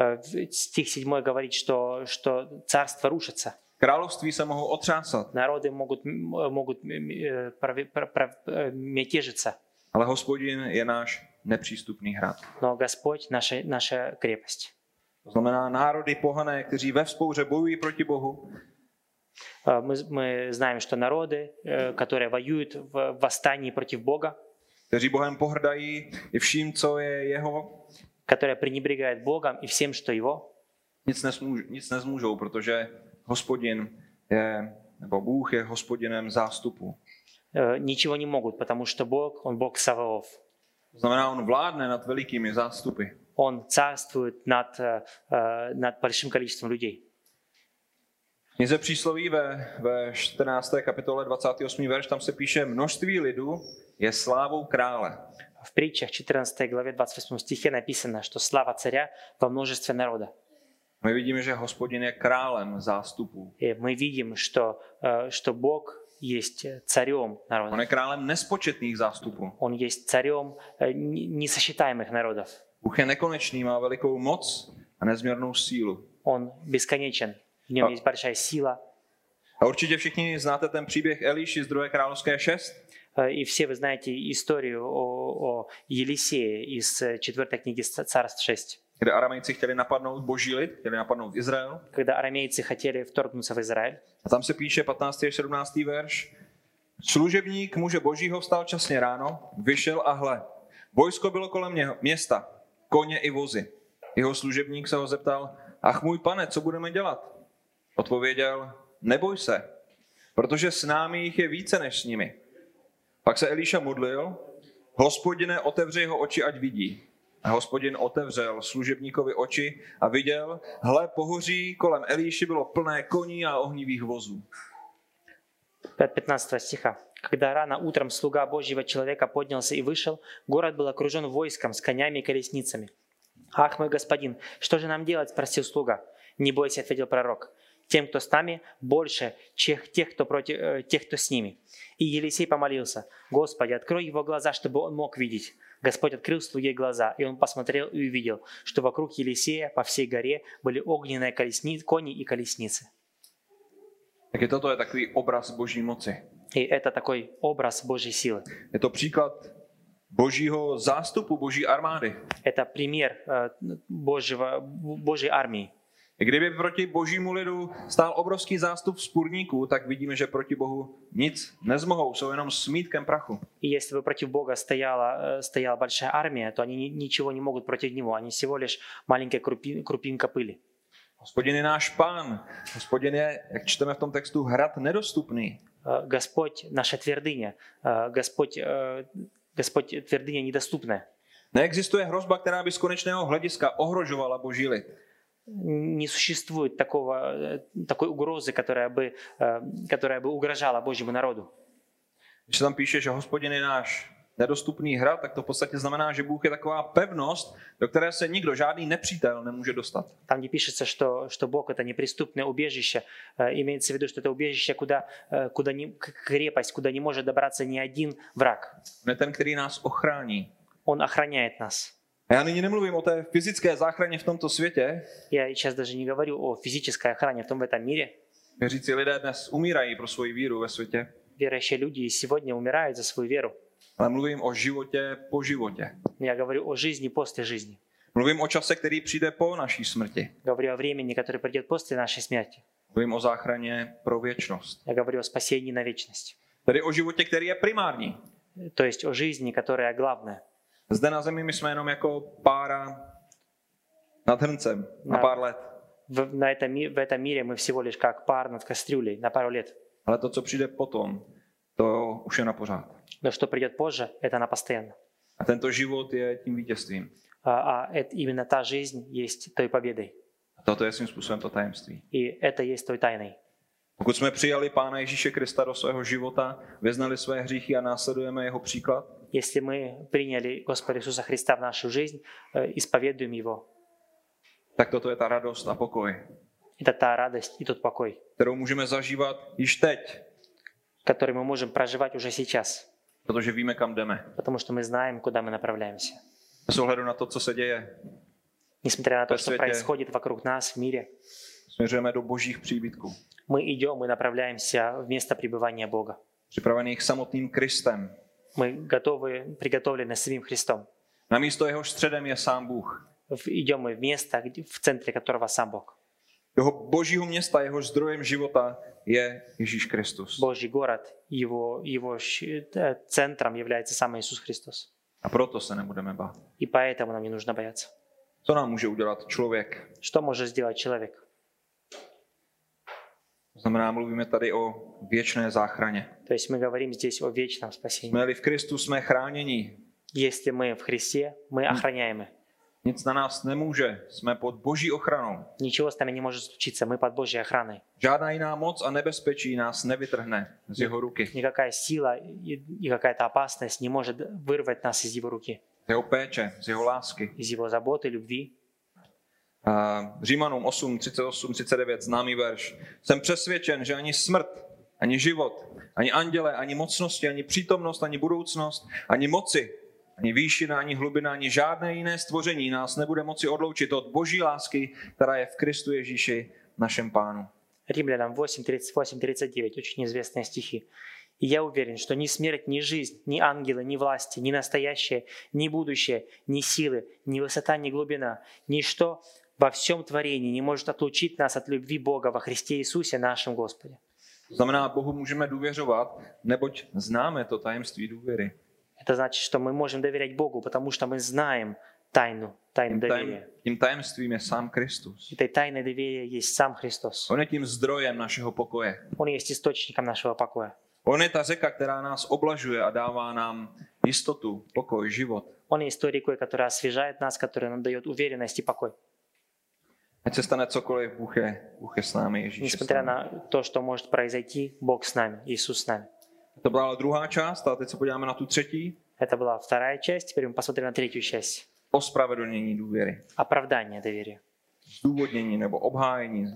Э, в- Стих 7 говорит, что, что царство рушится.
království se mohou otřásat,
Народы могут, м, могут м, э, прове- про- про- э, мятежиться.
ale hospodin je náš nepřístupný hrad.
Но Господь наша, наша крепость.
To znamená národy pohané, kteří ve vzpouře bojují proti Bohu,
Э, Мы, мы знаем, что народы, э, которые воюют в восстании против Бога,
kteří Bohem pohrdají i vším, co je jeho,
которые пренебрегают Богом и всем, что Его,
nic, nesmůž, nic nezmůžou, protože hospodin je, nebo Bůh je hospodinem zástupu.
э, ничего не могут, потому что Бог, Он Бог Саваоф.
To znamená, on vládne nad velikými zástupy.
Он царствует над, э, э, над большим количеством людей.
Knize přísloví ve, ve 14. kapitole 28. verš, tam se píše množství lidu je slávou krále.
В притчах 14 главе 28 стихе написано, что слава царя во множестве народа.
My vidíme, že hospodin je králem zástupů.
И мы видим, что, э, что Бог есть царем
On
народа.
je крálem nespočetných zástupů.
Он есть царем э, не- несосчитаемых народов.
Bůh je nekonečný, má velikou moc a nezměrnou sílu.
Он бесконечен. В нем
А-
есть большая сила.
A určitě všichni znáte ten příběh Eliši z 2. královské 6.
Э, И все вы знаете историю о, о Елисее из э, четвертой книги Ц- Царств 6,
kde aramejci chtěli napadnout boží lid, chtěli napadnout Izrael.
когда арамейцы хотели вторгнуться в Израиль.
A tam se píše 15. až 17. verš. Služebník muže božího vstal časně ráno, vyšel a hle. Vojsko bylo kolem něho, města, koně i vozy. Jeho služebník se ho zeptal, ach můj pane, co budeme dělat? Odpověděl, neboj se, protože s námi jich je více než s nimi. Pak se Elíša modlil, hospodine, otevři jeho oči, ať vidí. A hospodin otevřel služebníkovi oči a viděl, hle, pohoří kolem Elíši bylo plné koní a ohnivých vozů.
От 15 стиха. «Когда рано утром слуга Божьего человека поднялся и вышел, город был окружен войском с конями и колесницами. «Ах, мой господин, что же нам делать?» – спросил слуга. «Не бойся», – ответил пророк. «Тем, кто с нами, больше, чем тех, кто против, э, тех, кто с ними». И Елисей помолился. «Господи, открой его глаза, чтобы он мог видеть». Господь открыл слуге глаза, и он посмотрел и увидел, что вокруг Елисея по всей горе были огненные колесни- кони и колесницы.
Taky toto je takový obraz boží moci.
И это такой образ Божьей силы.
Je to příklad božího zástupu, boží armády.
Это пример э, Божьего, Божьей армии.
I kdyby proti božímu lidu stál obrovský zástup spůrníků, tak vidíme, že proti Bohu nic nezmohou, jsou jenom smítkem prachu.
И если бы против Бога стояла, э, стояла большая армия, то они ни- ничего не могут против Него. Они всего лишь маленькая крупи- крупинка пыли.
Hospodin je náš pán, hospodin je, jak čteme v tom textu, hrad nedostupný.
Э, Господь – наша твердыня. Э, Господь, э, Господь – твердыня недоступная.
Neexistuje hrozba, která by z konečného hlediska ohrožovala boží lid.
Не существует такого, э, такой угрозы, которая бы, э, которая бы угрожала Божьему народу.
Když se tam píše, že hospodin je náš nedostupný hrad, tak to v podstatě znamená, že Bůh je taková pevnost, do které se nikdo, žádný nepřítel nemůže dostat.
Там, где пишется, что, что Бог – это неприступное убежище, э, имеется в виду, что это убежище, куда, э, куда не, к- крепость, куда не может добраться ни один враг.
On je ten, který nás ochrání.
Он охраняет нас.
A já nyní nemluvím o té fyzické záchraně v tomto světě.
Я сейчас даже не говорю о физической охране в том в этом мире.
Věřící lidé dnes umírají pro svoji víru ve světě,
Верующие люди и сегодня умирают за свою веру.
ale mluvím o životě po životě.
Но я говорю о жизни после жизни.
Mluvím o čase, který přijde po naší smrti.
Говорю о времени, которое придет после нашей смерти.
Mluvím o záchraně pro věčnost.
Я говорю о спасении на вечность.
Tedy o životě, který je primární.
То есть о жизни, которая главная.
Zde na zemi my jsme jenom jako pára nad hrncem na
No.
pár let.
В, на этом, ми- в этом мире мы всего лишь как пар над кастрюлей на пару лет.
Ale to, co přijde potom, to už je na pořád.
Но что придет позже, это на постоянно.
A tento život je tím vítězstvím.
А, а это, именно та жизнь есть той победой.
A toto je svým způsobem to tajemství.
И это есть той тайной.
Pokud jsme přijali Pána Ježíše Krista do svého života, vyznali své hříchy a následujeme jeho příklad,
Если мы приняли Господа Иисуса Христа в нашу жизнь, э, исповедуем Его,
tak toto je ta radost a pokoj,
Это та радость и тот покой,
kterou můžeme zažívat již teď,
который мы можем проживать уже сейчас,
protože víme, kam jdeme.
потому что мы знаем, куда мы направляемся.
Bez ohledu na to, co se děje,
Несмотря на то,
По
что
сути-
происходит вокруг нас в мире,
směřujeme do božích příbytků,
мы идем и направляемся v место пребывания Бога.
připravených samotným Kristem.
Мы готовы, приготовлены самим Христом.
Na místo jeho středem je sám Bůh.
В- Идем мы в место, где- в центре которого сам Бог.
Toho božího města, jeho zdrojem života je Ježíš Kristus.
Божий город, его, его щ- э, центром является сам Иисус Христос.
A proto se nebudeme bát.
И поэтому нам не нужно бояться.
Co nám může udělat člověk?
Что может сделать человек?
To znamená, mluvíme tady o věčné záchraně.
То есть мы говорим здесь о вечном спасении.
Jsme-li v Kristu, jsme chráněni.
Если мы в Христе, мы охраняемы.
Nic na nás nemůže. Jsme pod boží ochranou.
Ничего с нами не может случиться, мы под Божьей охраной.
Žádná jiná moc a nebezpečí nás nevytrhne z jeho ruky.
Никакая сила и, и какая-то опасность не может вырвать нас из Его руки,
Z jeho péče, z jeho lásky.
из Его заботы, любви.
A Římanům 8, 38, 39, známý verš. Jsem přesvědčen, že ani smrt, ani život, ani anděle, ani mocnosti, ani přítomnost, ani budoucnost, ani moci, ani výšina, ani hlubina, ani žádné jiné stvoření nás nebude moci odloučit od boží lásky, která je v Kristu Ježíši, našem pánu.
Римлянам 8, 38, 39, очень известные стихи. «И я уверен, что ни смерть, ни жизнь, ни ангелы, ни власти, ни настоящее, ни будущее, ни силы, ни высота, ни глубина, ничто во всем творении не может отлучить нас от любви Бога во Христе Иисусе нашем Господе».
To znamená, Bohu můžeme důvěřovat, neboť známe to tajemství důvěry.
Это значит, что мы можем доверять Богу, потому что мы знаем тайну, тайну
Tím,
доверия.
tajem, tím tajemstvím je sám Kristus.
Этой тайной доверия есть сам Христос.
On je tím zdrojem našeho pokoje.
Он есть источником нашего покоя.
On je ta řeka, která nás oblažuje a dává nám jistotu, pokoj, život.
Он есть той рекой, которая освежает нас, которая нам дает уверенность и покой.
Ať se stane cokoliv, Bůh je, Bůh je s námi, Ježíš je s
Несмотря
námi.
на то, что может произойти, Бог с нами, Иисус с нami.
To byla druhá část a teď se podíváme na tu třetí.
Это была вторая часть. Теперь мы посмотрим на третью часть.
Ospravedlnění důvěry.
Оправдание доверия.
Zdůvodnění nebo obhájení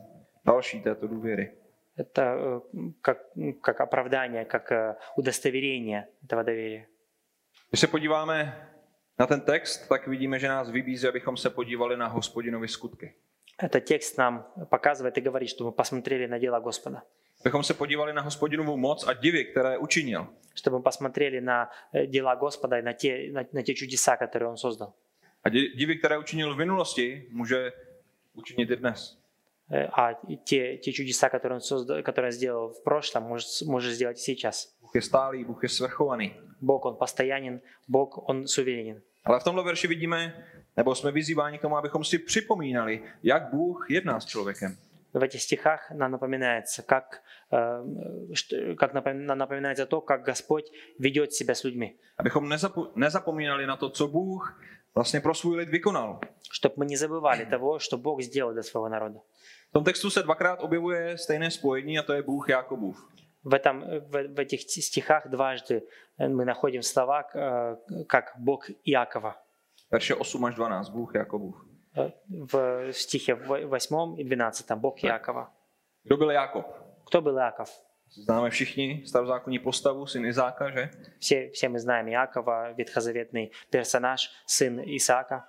další této důvěry.
Это э, как, как оправдание, как э, удостоверение этого доверия.
Když se podíváme na ten text, tak vidíme, že nás vybízí, abychom se podívali na hospodinovi skutky.
Этот текст нам показывает и говорит, что мы посмотрели на дела Господа.
bychom se podívali na hospodinovu moc a divy, které učinil.
чтобы мы посмотрели на э, дела Господа и на те, на, на те чудеса, которые Он создал.
A di- divy, které učinil v minulosti, může učinit i dnes.
Э, А и те, те чудеса, которые он, создал, которые он сделал в прошлом, может, с- может сделать и сейчас.
Bůh je stálý, Bůh je svrchovaný.
Бог, Он постоянен, Бог, Он суверенен.
Ale v tomhle verši vidíme, nebo jsme vyzýváni k tomu, abychom si připomínali, jak Bůh jedná s člověkem.
В этих стихах нам напоминается, как, э, что- как напом- нам напоминается то, как Господь ведет себя с людьми.
Abychom nezapo- nezapomínali na to, co Bůh vlastně pro svůj lid vykonal.
Чтобы мы не забывали того, что Бог сделал для своего народа.
V tom textu se dvakrát objevuje stejné spojení a to je Bůh Jakobův.
В, этом, э, в, в этих ти- стихах дважды э, мы находим слова, э, как Бог Иакова.
Verše 8 až 12, Bůh Jakobův.
Э, В стихе 8 и 12, Бог Иакова.
Kdo byl Jakob?
Кто был Иаков?
Známe všichni starozákonní postavu, syn Izáka, že?
Все, все мы знаем Иакова, ветхозаветный персонаж, сын Исаака.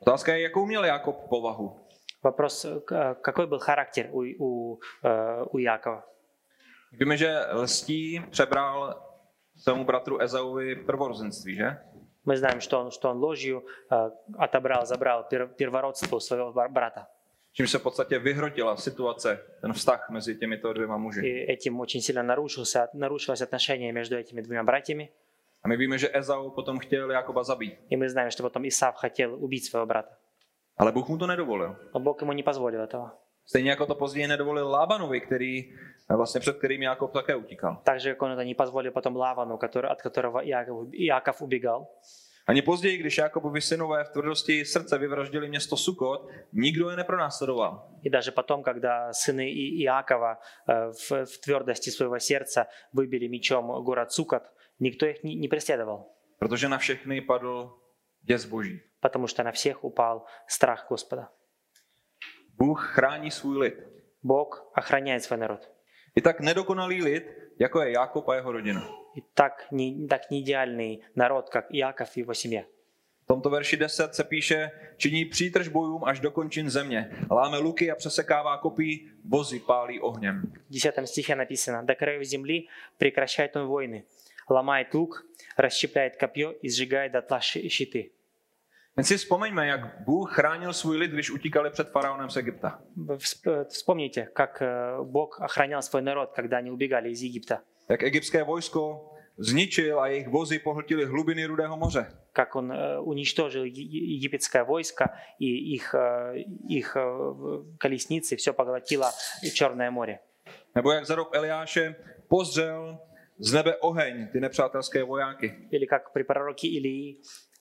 Otázka je, jakou měl Jakob povahu.
Вопрос, э, к- э, какой был характер у, у, э, у Иакова?
Víme, že lstí přebral svému bratru Ezauvi prvorozenství, že?
Мы знаем, что он, что он ложью э, отобрал, забрал пер- первородство у своего бра- брата.
Čím se v podstatě vyhrotila situace, ten vztah mezi těmito dvěma
И
muži.
этим очень сильно нарушился, нарушилось отношение между этими двумя братьями.
A my víme, že Ezau potom chtěl Jakoba zabít,
И мы знаем, что потом Исав хотел убить своего брата.
ale Bůh mu to nedovolil.
Но Бог ему не позволил этого.
Stejně jako to později nedovolil Lábanovi, který, vlastně před kterým Jakob také utíkal.
Так же, как он это не позволил потом Лавану, который, от которого Иаков, Иаков убегал.
Ani později, když Jakobovi synové v tvrdosti srdce vyvraždili město Sukot, nikdo je nepronásledoval.
И даже потом, когда сыны И- Иакова э, в, в твердости своего сердца выбили мечом город Сукот, никто их не, не преследовал,
Protože na všechny padl děs boží.
потому что на всех упал страх Господа.
Bůh chrání svůj lid.
Бог охраняет свой народ.
I tak nedokonalý lid, jako je Jakob a jeho rodina.
И так не, так не идеальный народ, как Иаков и его семья.
V tomto verši 10 se píše, činí přítrž bojům až do končin země. Láme luky a přesekává kopí, vozy pálí ohněm.
В 10 стихе написано «До краев земли прекращает он войны, ломает лук, расщепляет копье и сжигает дотла щи- щиты».
Jen si vzpomeňme, jak Bůh chránil svůj lid, když utíkali před faraonem z Egypta.
Всп- э, Вспомните, как э, Бог охранял свой народ, когда они убегали из Египта.
Jak egyptské vojsko zničil a jejich vozy pohltily hlubiny Rudého moře.
как он э, уничтожил е- е- египетское войско и их, э, их э, в- колесницы, все поглотило Черное море.
Nebo jak za rok Eliáše pozřel z nebe oheň ty nepřátelské vojáky.
Или как при пророке Илии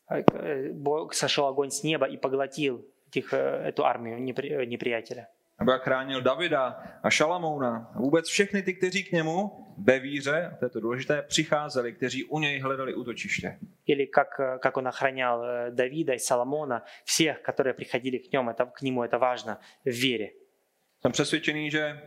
э, э, Бог сошел огонь с неба и поглотил этих, э, эту армию непри- э, неприятеля.
Nebo jak chránil Davida a Šalamouna. A vůbec všechny ty, kteří k němu ve víře, a to je to důležité, přicházeli, kteří u něj hledali útočiště.
Или как, э, как он охранял э, Давида и Соломона, всех, которые приходили к, нем, это, к нему, это важно, в вере.
Jsem přesvědčený, že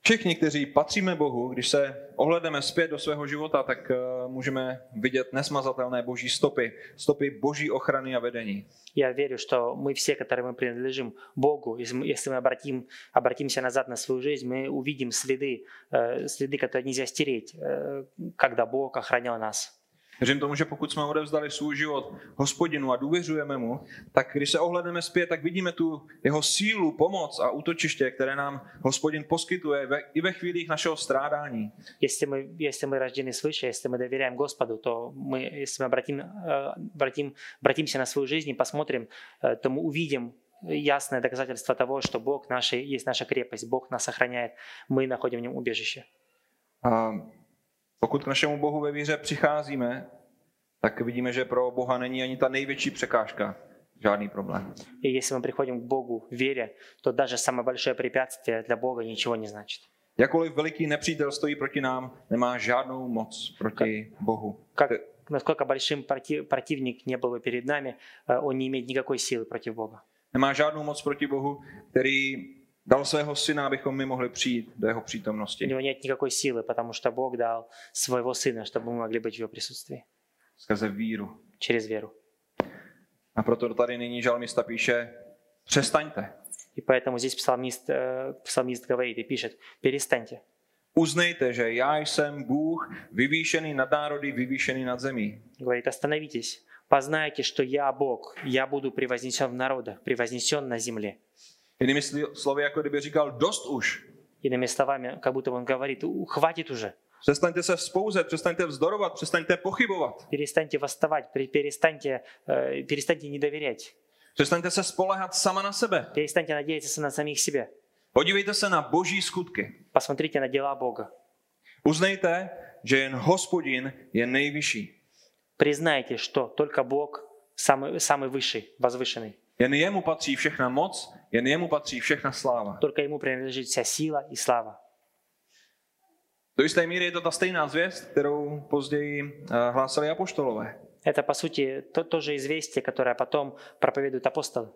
všichni, kteří patříme Bohu, když se ohledeme zpět do svého života, tak eh, můžeme vidět nesmazatelné boží stopy, stopy boží ochrany a vedení.
Я верю, что мы все, которые мы принадлежим Богу, если мы, если мы обратим, обратимся назад на свою жизнь, мы увидим следы, э, следы, которые нельзя стереть, э, когда Бог охранял нас.
Věřím tomu, že pokud jsme odevzdali svůj život hospodinu a důvěřujeme mu, tak když se ohledneme zpět, tak vidíme tu jeho sílu, pomoc a útočiště, které nám hospodin poskytuje ve, i ve chvílích našeho strádání.
Если мы, если мы рождены свыше, если мы доверяем Господу, то мы, если мы обратим, э, обратим, обратимся на свою жизнь и посмотрим, э, то мы увидим ясное доказательство того, что Бог наша, есть наша крепость, Бог нас охраняет, мы находим в нем убежище.
A pokud k našemu Bohu ve víře přicházíme, tak vidíme, že pro Boha není ani ta největší překážka žádný problém.
И если мы приходим к Богу в вере, то даже самое большое препятствие для Бога ничего не значит.
Jakoliv veliký nepřítel stojí proti nám, nemá žádnou moc proti Bohu.
Как,
Ты-
насколько большим проти- противник не был бы перед нами, э, он не имеет никакой силы против Бога.
Nemá žádnou moc proti Bohu, který dal svého syna, abychom my mohli přijít do jeho
У
přítomnosti
него нет никакой силы, потому что Бог дал своего Сына, чтобы мы могли быть в Его присутствии
skrze víru.
через веру.
A proto tady nyní žalmista píše, přestaňte,
И поэтому здесь псалмист, э, псалмист говорит и пишет, перестаньте,
Uznejte, že já jsem Bůh, vyvýšený nad národy, vyvýšený nad zemí.
говорит, остановитесь, познайте, что я Бог, я буду превознесен в народах, превознесен на земле.
Jinými sli- slovy, jako kdyby říkal, dost už.
Иными словами, как будто он говорит, «У, хватит уже,
Přestaňte se vzpouzet, přestaňte vzdorovat, přestaňte pochybovat.
перестаньте восставать, пре- перестаньте, э, перестаньте не доверять,
Přestaňte se spolehat sama na sebe.
перестаньте надеяться на самих себя.
Podívejte se na boží skutky.
Посмотрите на дела Бога.
Uznejte, že jen hospodin je nejvyšší.
Признайте, что только Бог самый, самый высший, возвышенный.
Jen jemu patří všechna moc, jen jemu patří všechna sláva.
Только Ему принадлежит вся сила и слава.
Do jisté míry je to ta stejná zvěst, kterou později eh, hlásali apoštolové.
Это, по сути, то, то же известие, которое потом проповедует апостол.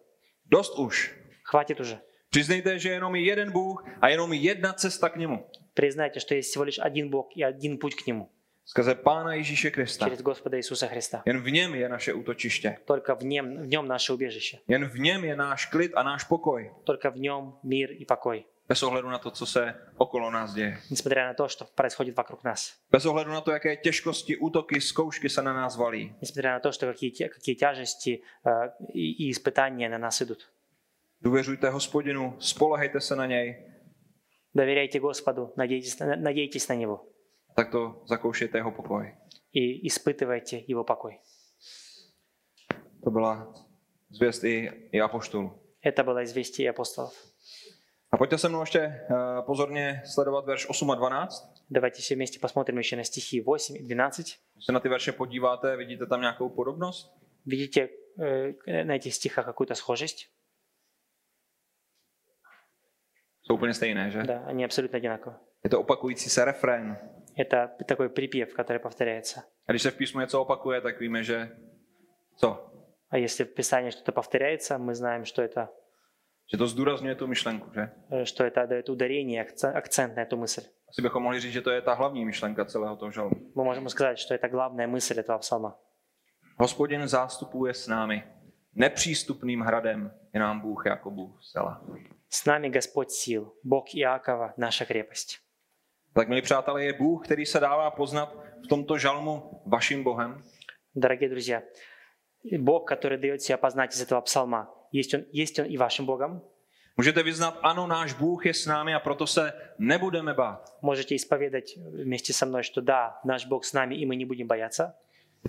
Dost už.
Хватит уже.
Přiznejte, že je jenom jeden Bůh a jenom jedna cesta k němu.
Признайте, что есть всего лишь один Бог и один путь к Нему,
Skrze Pána Ježíše Krista.
через Господа Иисуса Христа.
Jen v něm je naše útočiště.
Только в Нем, в нем наше убежище.
Jen v něm je náš klid a náš pokoj.
Только в Нем мир и покой.
Bez ohledu na to, co se okolo nás děje.
Несмотря на то, что происходит вокруг нас.
Bez ohledu na to, jaké těžkosti, útoky, zkoušky se na nás valí.
Несмотря на то, что какие, тя- какие тяжести э, и и испытания на нас идут.
Důvěřujte hospodinu, spolehejte se na něj,
Доверяйте Господу, надейтесь, на- надейтесь на Него.
tak to zakoušejte jeho pokoj.
и испытывайте его покой.
To byla zvěst i, i apoštolů.
Это было известие апостолов.
A pojďte se mnou ještě eh, pozorně sledovat verš 8 a 12.
Давайте все вместе посмотрим еще на стихи 8 и 12.
Když se na ty verše podíváte, vidíte tam nějakou podobnost?
Видите э, на этих стихах какую-то схожесть?
Jsou úplně stejné, že?
Да, они абсолютно одинаковы.
Je to opakující se refrén.
Это такой припев, который повторяется.
A když se v písmu něco opakuje, tak víme, že co?
А если в Писании что-то повторяется, мы знаем, что это,
Že to zdůrazňuje tu myšlenku, že?
э, что это дает ударение, акцент, акцент на эту мысль.
Asi bychom mohli říct, že to je ta hlavní myšlenka celého toho žalmu.
Мы можем сказать, что это главная мысль этого псалма.
Hospodin zástupů je s námi. Nepřístupným hradem je nám Bůh jako Bůh zela.
«С нами Господь сил, Бог Иакова, наша крепость».
Tak, milí přátelé, je Bůh, který se dává poznat v tomto žalmu vaším Bohem.
Дорогие друзья, Бог, который дает себя познать из этого псалма, есть он, есть он и вашим Богом.
Můžete vyznat, ano, náš Bůh je s námi a proto se nebudeme bát.
Можете исповедать вместе со мной, что да, наш Бог с нами, и мы не будем бояться.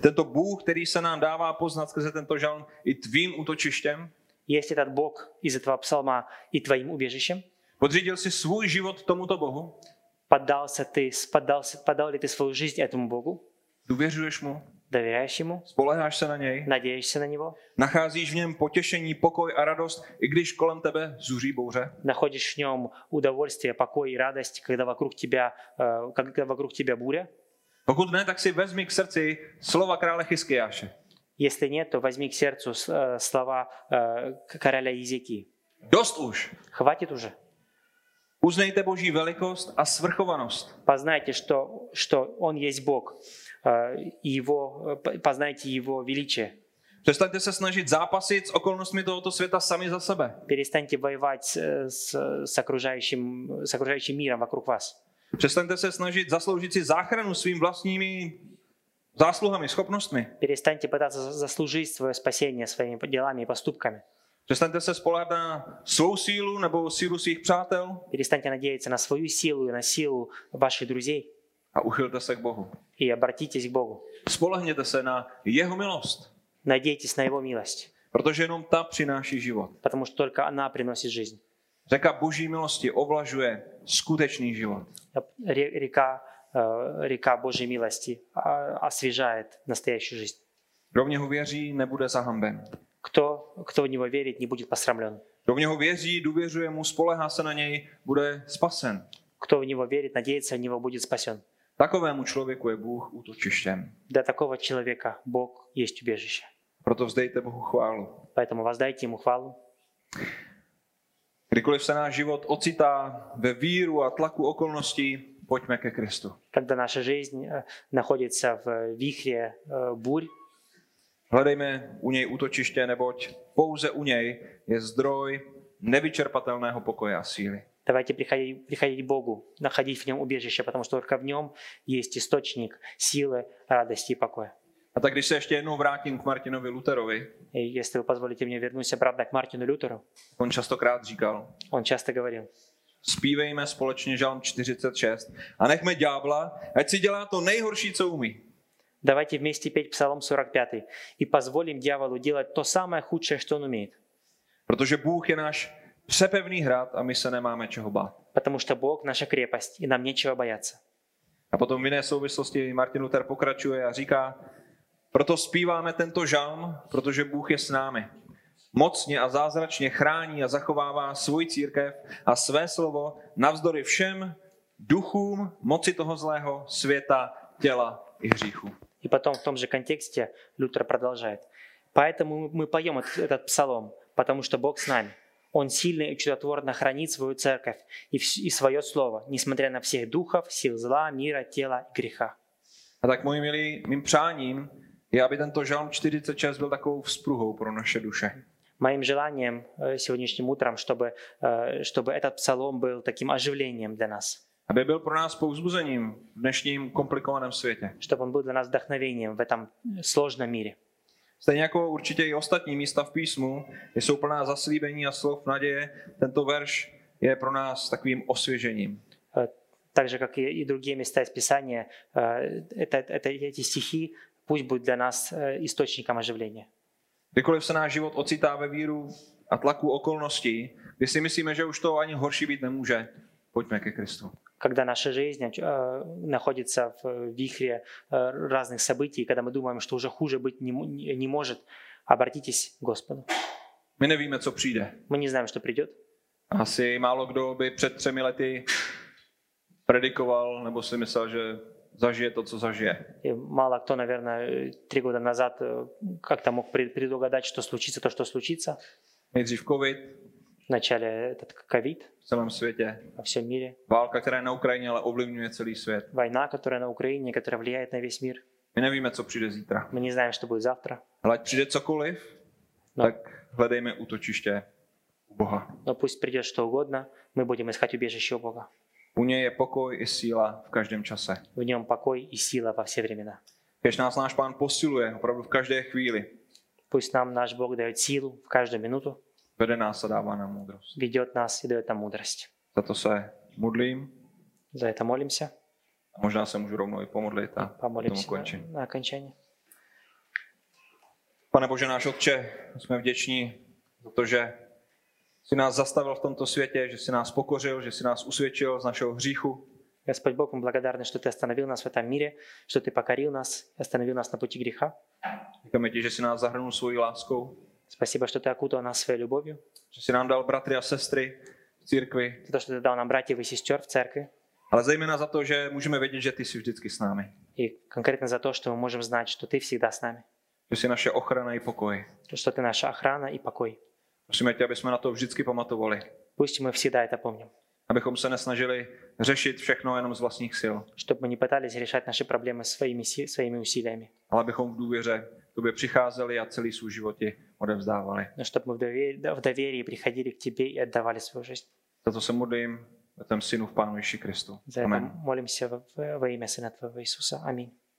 Tento Bůh, který se nám dává poznat skrze tento žalm i tvým útočištěm,
Есть этот Бог из этого псалма и твоим убежищем.
podřídil si svůj život tomuto Bohu,
Поддался ты, поддался, подал ли ты свою жизнь этому Богу?
důvěřuješ mu,
Доверяешь Ему?
spoleháš se na něj,
Надеешься на Него?
nacházíš v něm potěšení, pokoj a radost, i když kolem tebe zuří bouře.
Находишь в Нем удовольствие, покой и радость, когда вокруг тебя, э, когда вокруг тебя буря?
Pokud ne, tak si vezmi k srdci slova krále Chyskiáše.
Если нет, то возьми к сердцу э, слова э, короля Езекии.
Dost už.
Хватит уже.
Uznejte boží velikost a svrchovanost.
Познайте, что, что Он есть Бог, э, и его, э, п- познайте Его величие.
Přestaňte se snažit zápasit s okolnostmi tohoto světa sami za sebe.
Перестаньте воевать э, с, с, окружающим, с окружающим миром вокруг вас.
Přestaňte se snažit zasloužit si záchranu svým vlastními zásluhami, schopnostmi.
Перестаньте пытаться заслужить свое спасение своими делами и поступками.
Přestaňte se spolehat na svou sílu nebo sílu svých přátel
Перестаньте надеяться на свою силу и на силу ваших друзей
a uchylte se k Bohu.
и обратитесь к Богу.
Spolehněte se na jeho milost,
Надейтесь на Его милость,
protože jenom ta přináší život.
потому что только она приносит жизнь.
Řeka boží milosti ovlažuje skutečný život.
Ре- Река, э, река Божьей милости а, освежает настоящую жизнь.
Kdo v něho věří, nebude zahamben.
кто, кто в него верит, не будет посрамлен.
Kdo v něho věří, důvěřuje mu, spolehá se na něj, bude spasen.
Кто в него верит, надеется, в него будет спасен.
Takovému člověku je Bůh útočištěm.
Для такого человека Бог есть убежище.
Proto vzdejte Bohu chválu.
Поэтому воздайте ему хвалу.
Kdykoliv se náš život ocitá ve víru a tlaku okolností, pojďme ke Kristu.
Когда наша жизнь э, находится в вихре э, бурь,
Hledejme u něj útočiště, neboť pouze u něj je zdroj nevyčerpatelného pokoje a síly.
Давайте приходить, приходить к Богу, находить в нем убежище, потому что только в нем есть источник силы, радости и покоя.
A tak když se ještě jednou vrátím k Martinovi Luterovi,
И если вы позволите мне вернусь обратно к Мартину Лютеру,
on častokrát říkal,
он часто говорил,
zpívejme společně žalm 46 a nechme ďábla, ať si dělá to nejhorší, co umí.
давайте вместе петь Псалом 45 и позволим дьяволу делать то самое худшее, что он умеет.
Protože Bůh je náš přepevný hrad a my se nemáme čeho bát.
Потому что Бог – наша крепость, и нам нечего бояться.
A potom v jiné souvislosti Martin Luther pokračuje a říká, proto zpíváme tento žalm, protože Bůh je s námi. Mocně a zázračně chrání a zachovává svůj církev a své slovo navzdory všem duchům, moci toho zlého, světa, těla i hříchu.
И потом в том же контексте Лютер продолжает. Поэтому мы поем этот, этот псалом, потому что Бог с нами. Он сильно и чудотворно хранит свою церковь и, вс- и свое слово, несмотря на всех духов, сил зла, мира, тела и греха.
A tak, moji milí, mým přáním je, aby tento žalm 46 byl takovou vzpruhou pro naše duše.
Моим желанием э, сегодняшним утром, чтобы, э, чтобы этот псалом был таким оживлением для нас,
Aby byl pro nás pouzbuzením v dnešním komplikovaném světě.
чтобы он был для нас вдохновением в этом э, сложном мире.
Stejně jako určitě i ostatní místa v písmu, kde jsou plná zaslíbení a slov naděje, tento verš je pro nás takovým osvěžením.
Э, Так же, как и и другие места из Писания, э, это, это, эти стихи пусть будут для нас э, источником оживления.
Kdykoliv se náš život ocitá ve víru a tlaku okolností, kdy si myslíme, že už to ani horší být nemůže, pojďme ke Kristu.
Когда наша жизнь э, находится в вихре э, разных событий, когда мы думаем, что уже хуже быть не, м- не может, обратитесь к Господу.
My nevíme, co přijde.
Мы не знаем, что придет.
Asi málo kdo by před třemi lety predikoval nebo si myslel, že zažije to, co zažije.
И мало кто, наверное, э, три года назад э, как-то мог пред- предугадать, что случится то, что случится.
Nejdřív covid
Вначале этот ковид
v celém světě,
во всем мире,
válka, která je na Ukrajině, ale ovlivňuje celý svět.
война, которая на Украине, которая влияет на весь мир.
My nevíme, co přijde zítra.
Мы не знаем, что будет завтра.
Ale ať přijde cokoliv,
No.
tak hledejme útočiště u Boha.
Но пусть придет что угодно, мы будем искать убежище у Бога.
U něj je pokoj i síla v každém čase.
В нем покой и сила во все времена.
Kež nás náš pán posiluje opravdu v každé chvíli,
Пусть нам наш Бог дает силу в каждую минуту,
vede nás a dává nám moudrost.
ведет нас и дает нам мудрость.
Za to se modlím
За это молимся.
a možná se můžu rovnou i pomodlit a tomu
Помолимся
končím.
на, на окончании.
Pane Bože, náš Otče, jsme vděční za to, že jsi nás zastavil v tomto světě, že jsi nás pokořil, že jsi nás usvědčil z našeho hříchu,
Господь Бог, мы благодарны, что Ты остановил нас в этом мире, что Ты покорил нас, остановил нас на пути греха.
Říkáme ti, že jsi nás zahrnul svojí láskou,
Спасибо, что Ты окутал нас своей любовью,
že jsi nám dal bratry a sestry v církvi,
за то, что Ты дал нам братьев и сестер в церкви,
Ale zejména za to, že můžeme vědět, že ty jsi vždycky s námi.
и конкретно за то, что мы можем знать, что Ты всегда с нами,
Že jsi naše ochrana i pokoj.
что Ты наша охрана и покой.
Prosíme tě, aby jsme na to vždycky pamatovali.
Пусть мы всегда это помним.
Abychom se nesnažili řešit všechno jenom z vlastních sil,
чтобы мы не пытались решать наши проблемы своими, си- своими усилиями,
ale abychom v důvěře k tobě přicházeli a celý svůj život ti odevzdávali.
но чтобы мы в доверии, в доверии приходили к Тебе и отдавали свою жизнь.
Za to se modlím ve tém synu v Pánu Ježíši Kristu.
За это
Amen.
молимся во- во во имя Сына Твоего Иисуса. Аминь.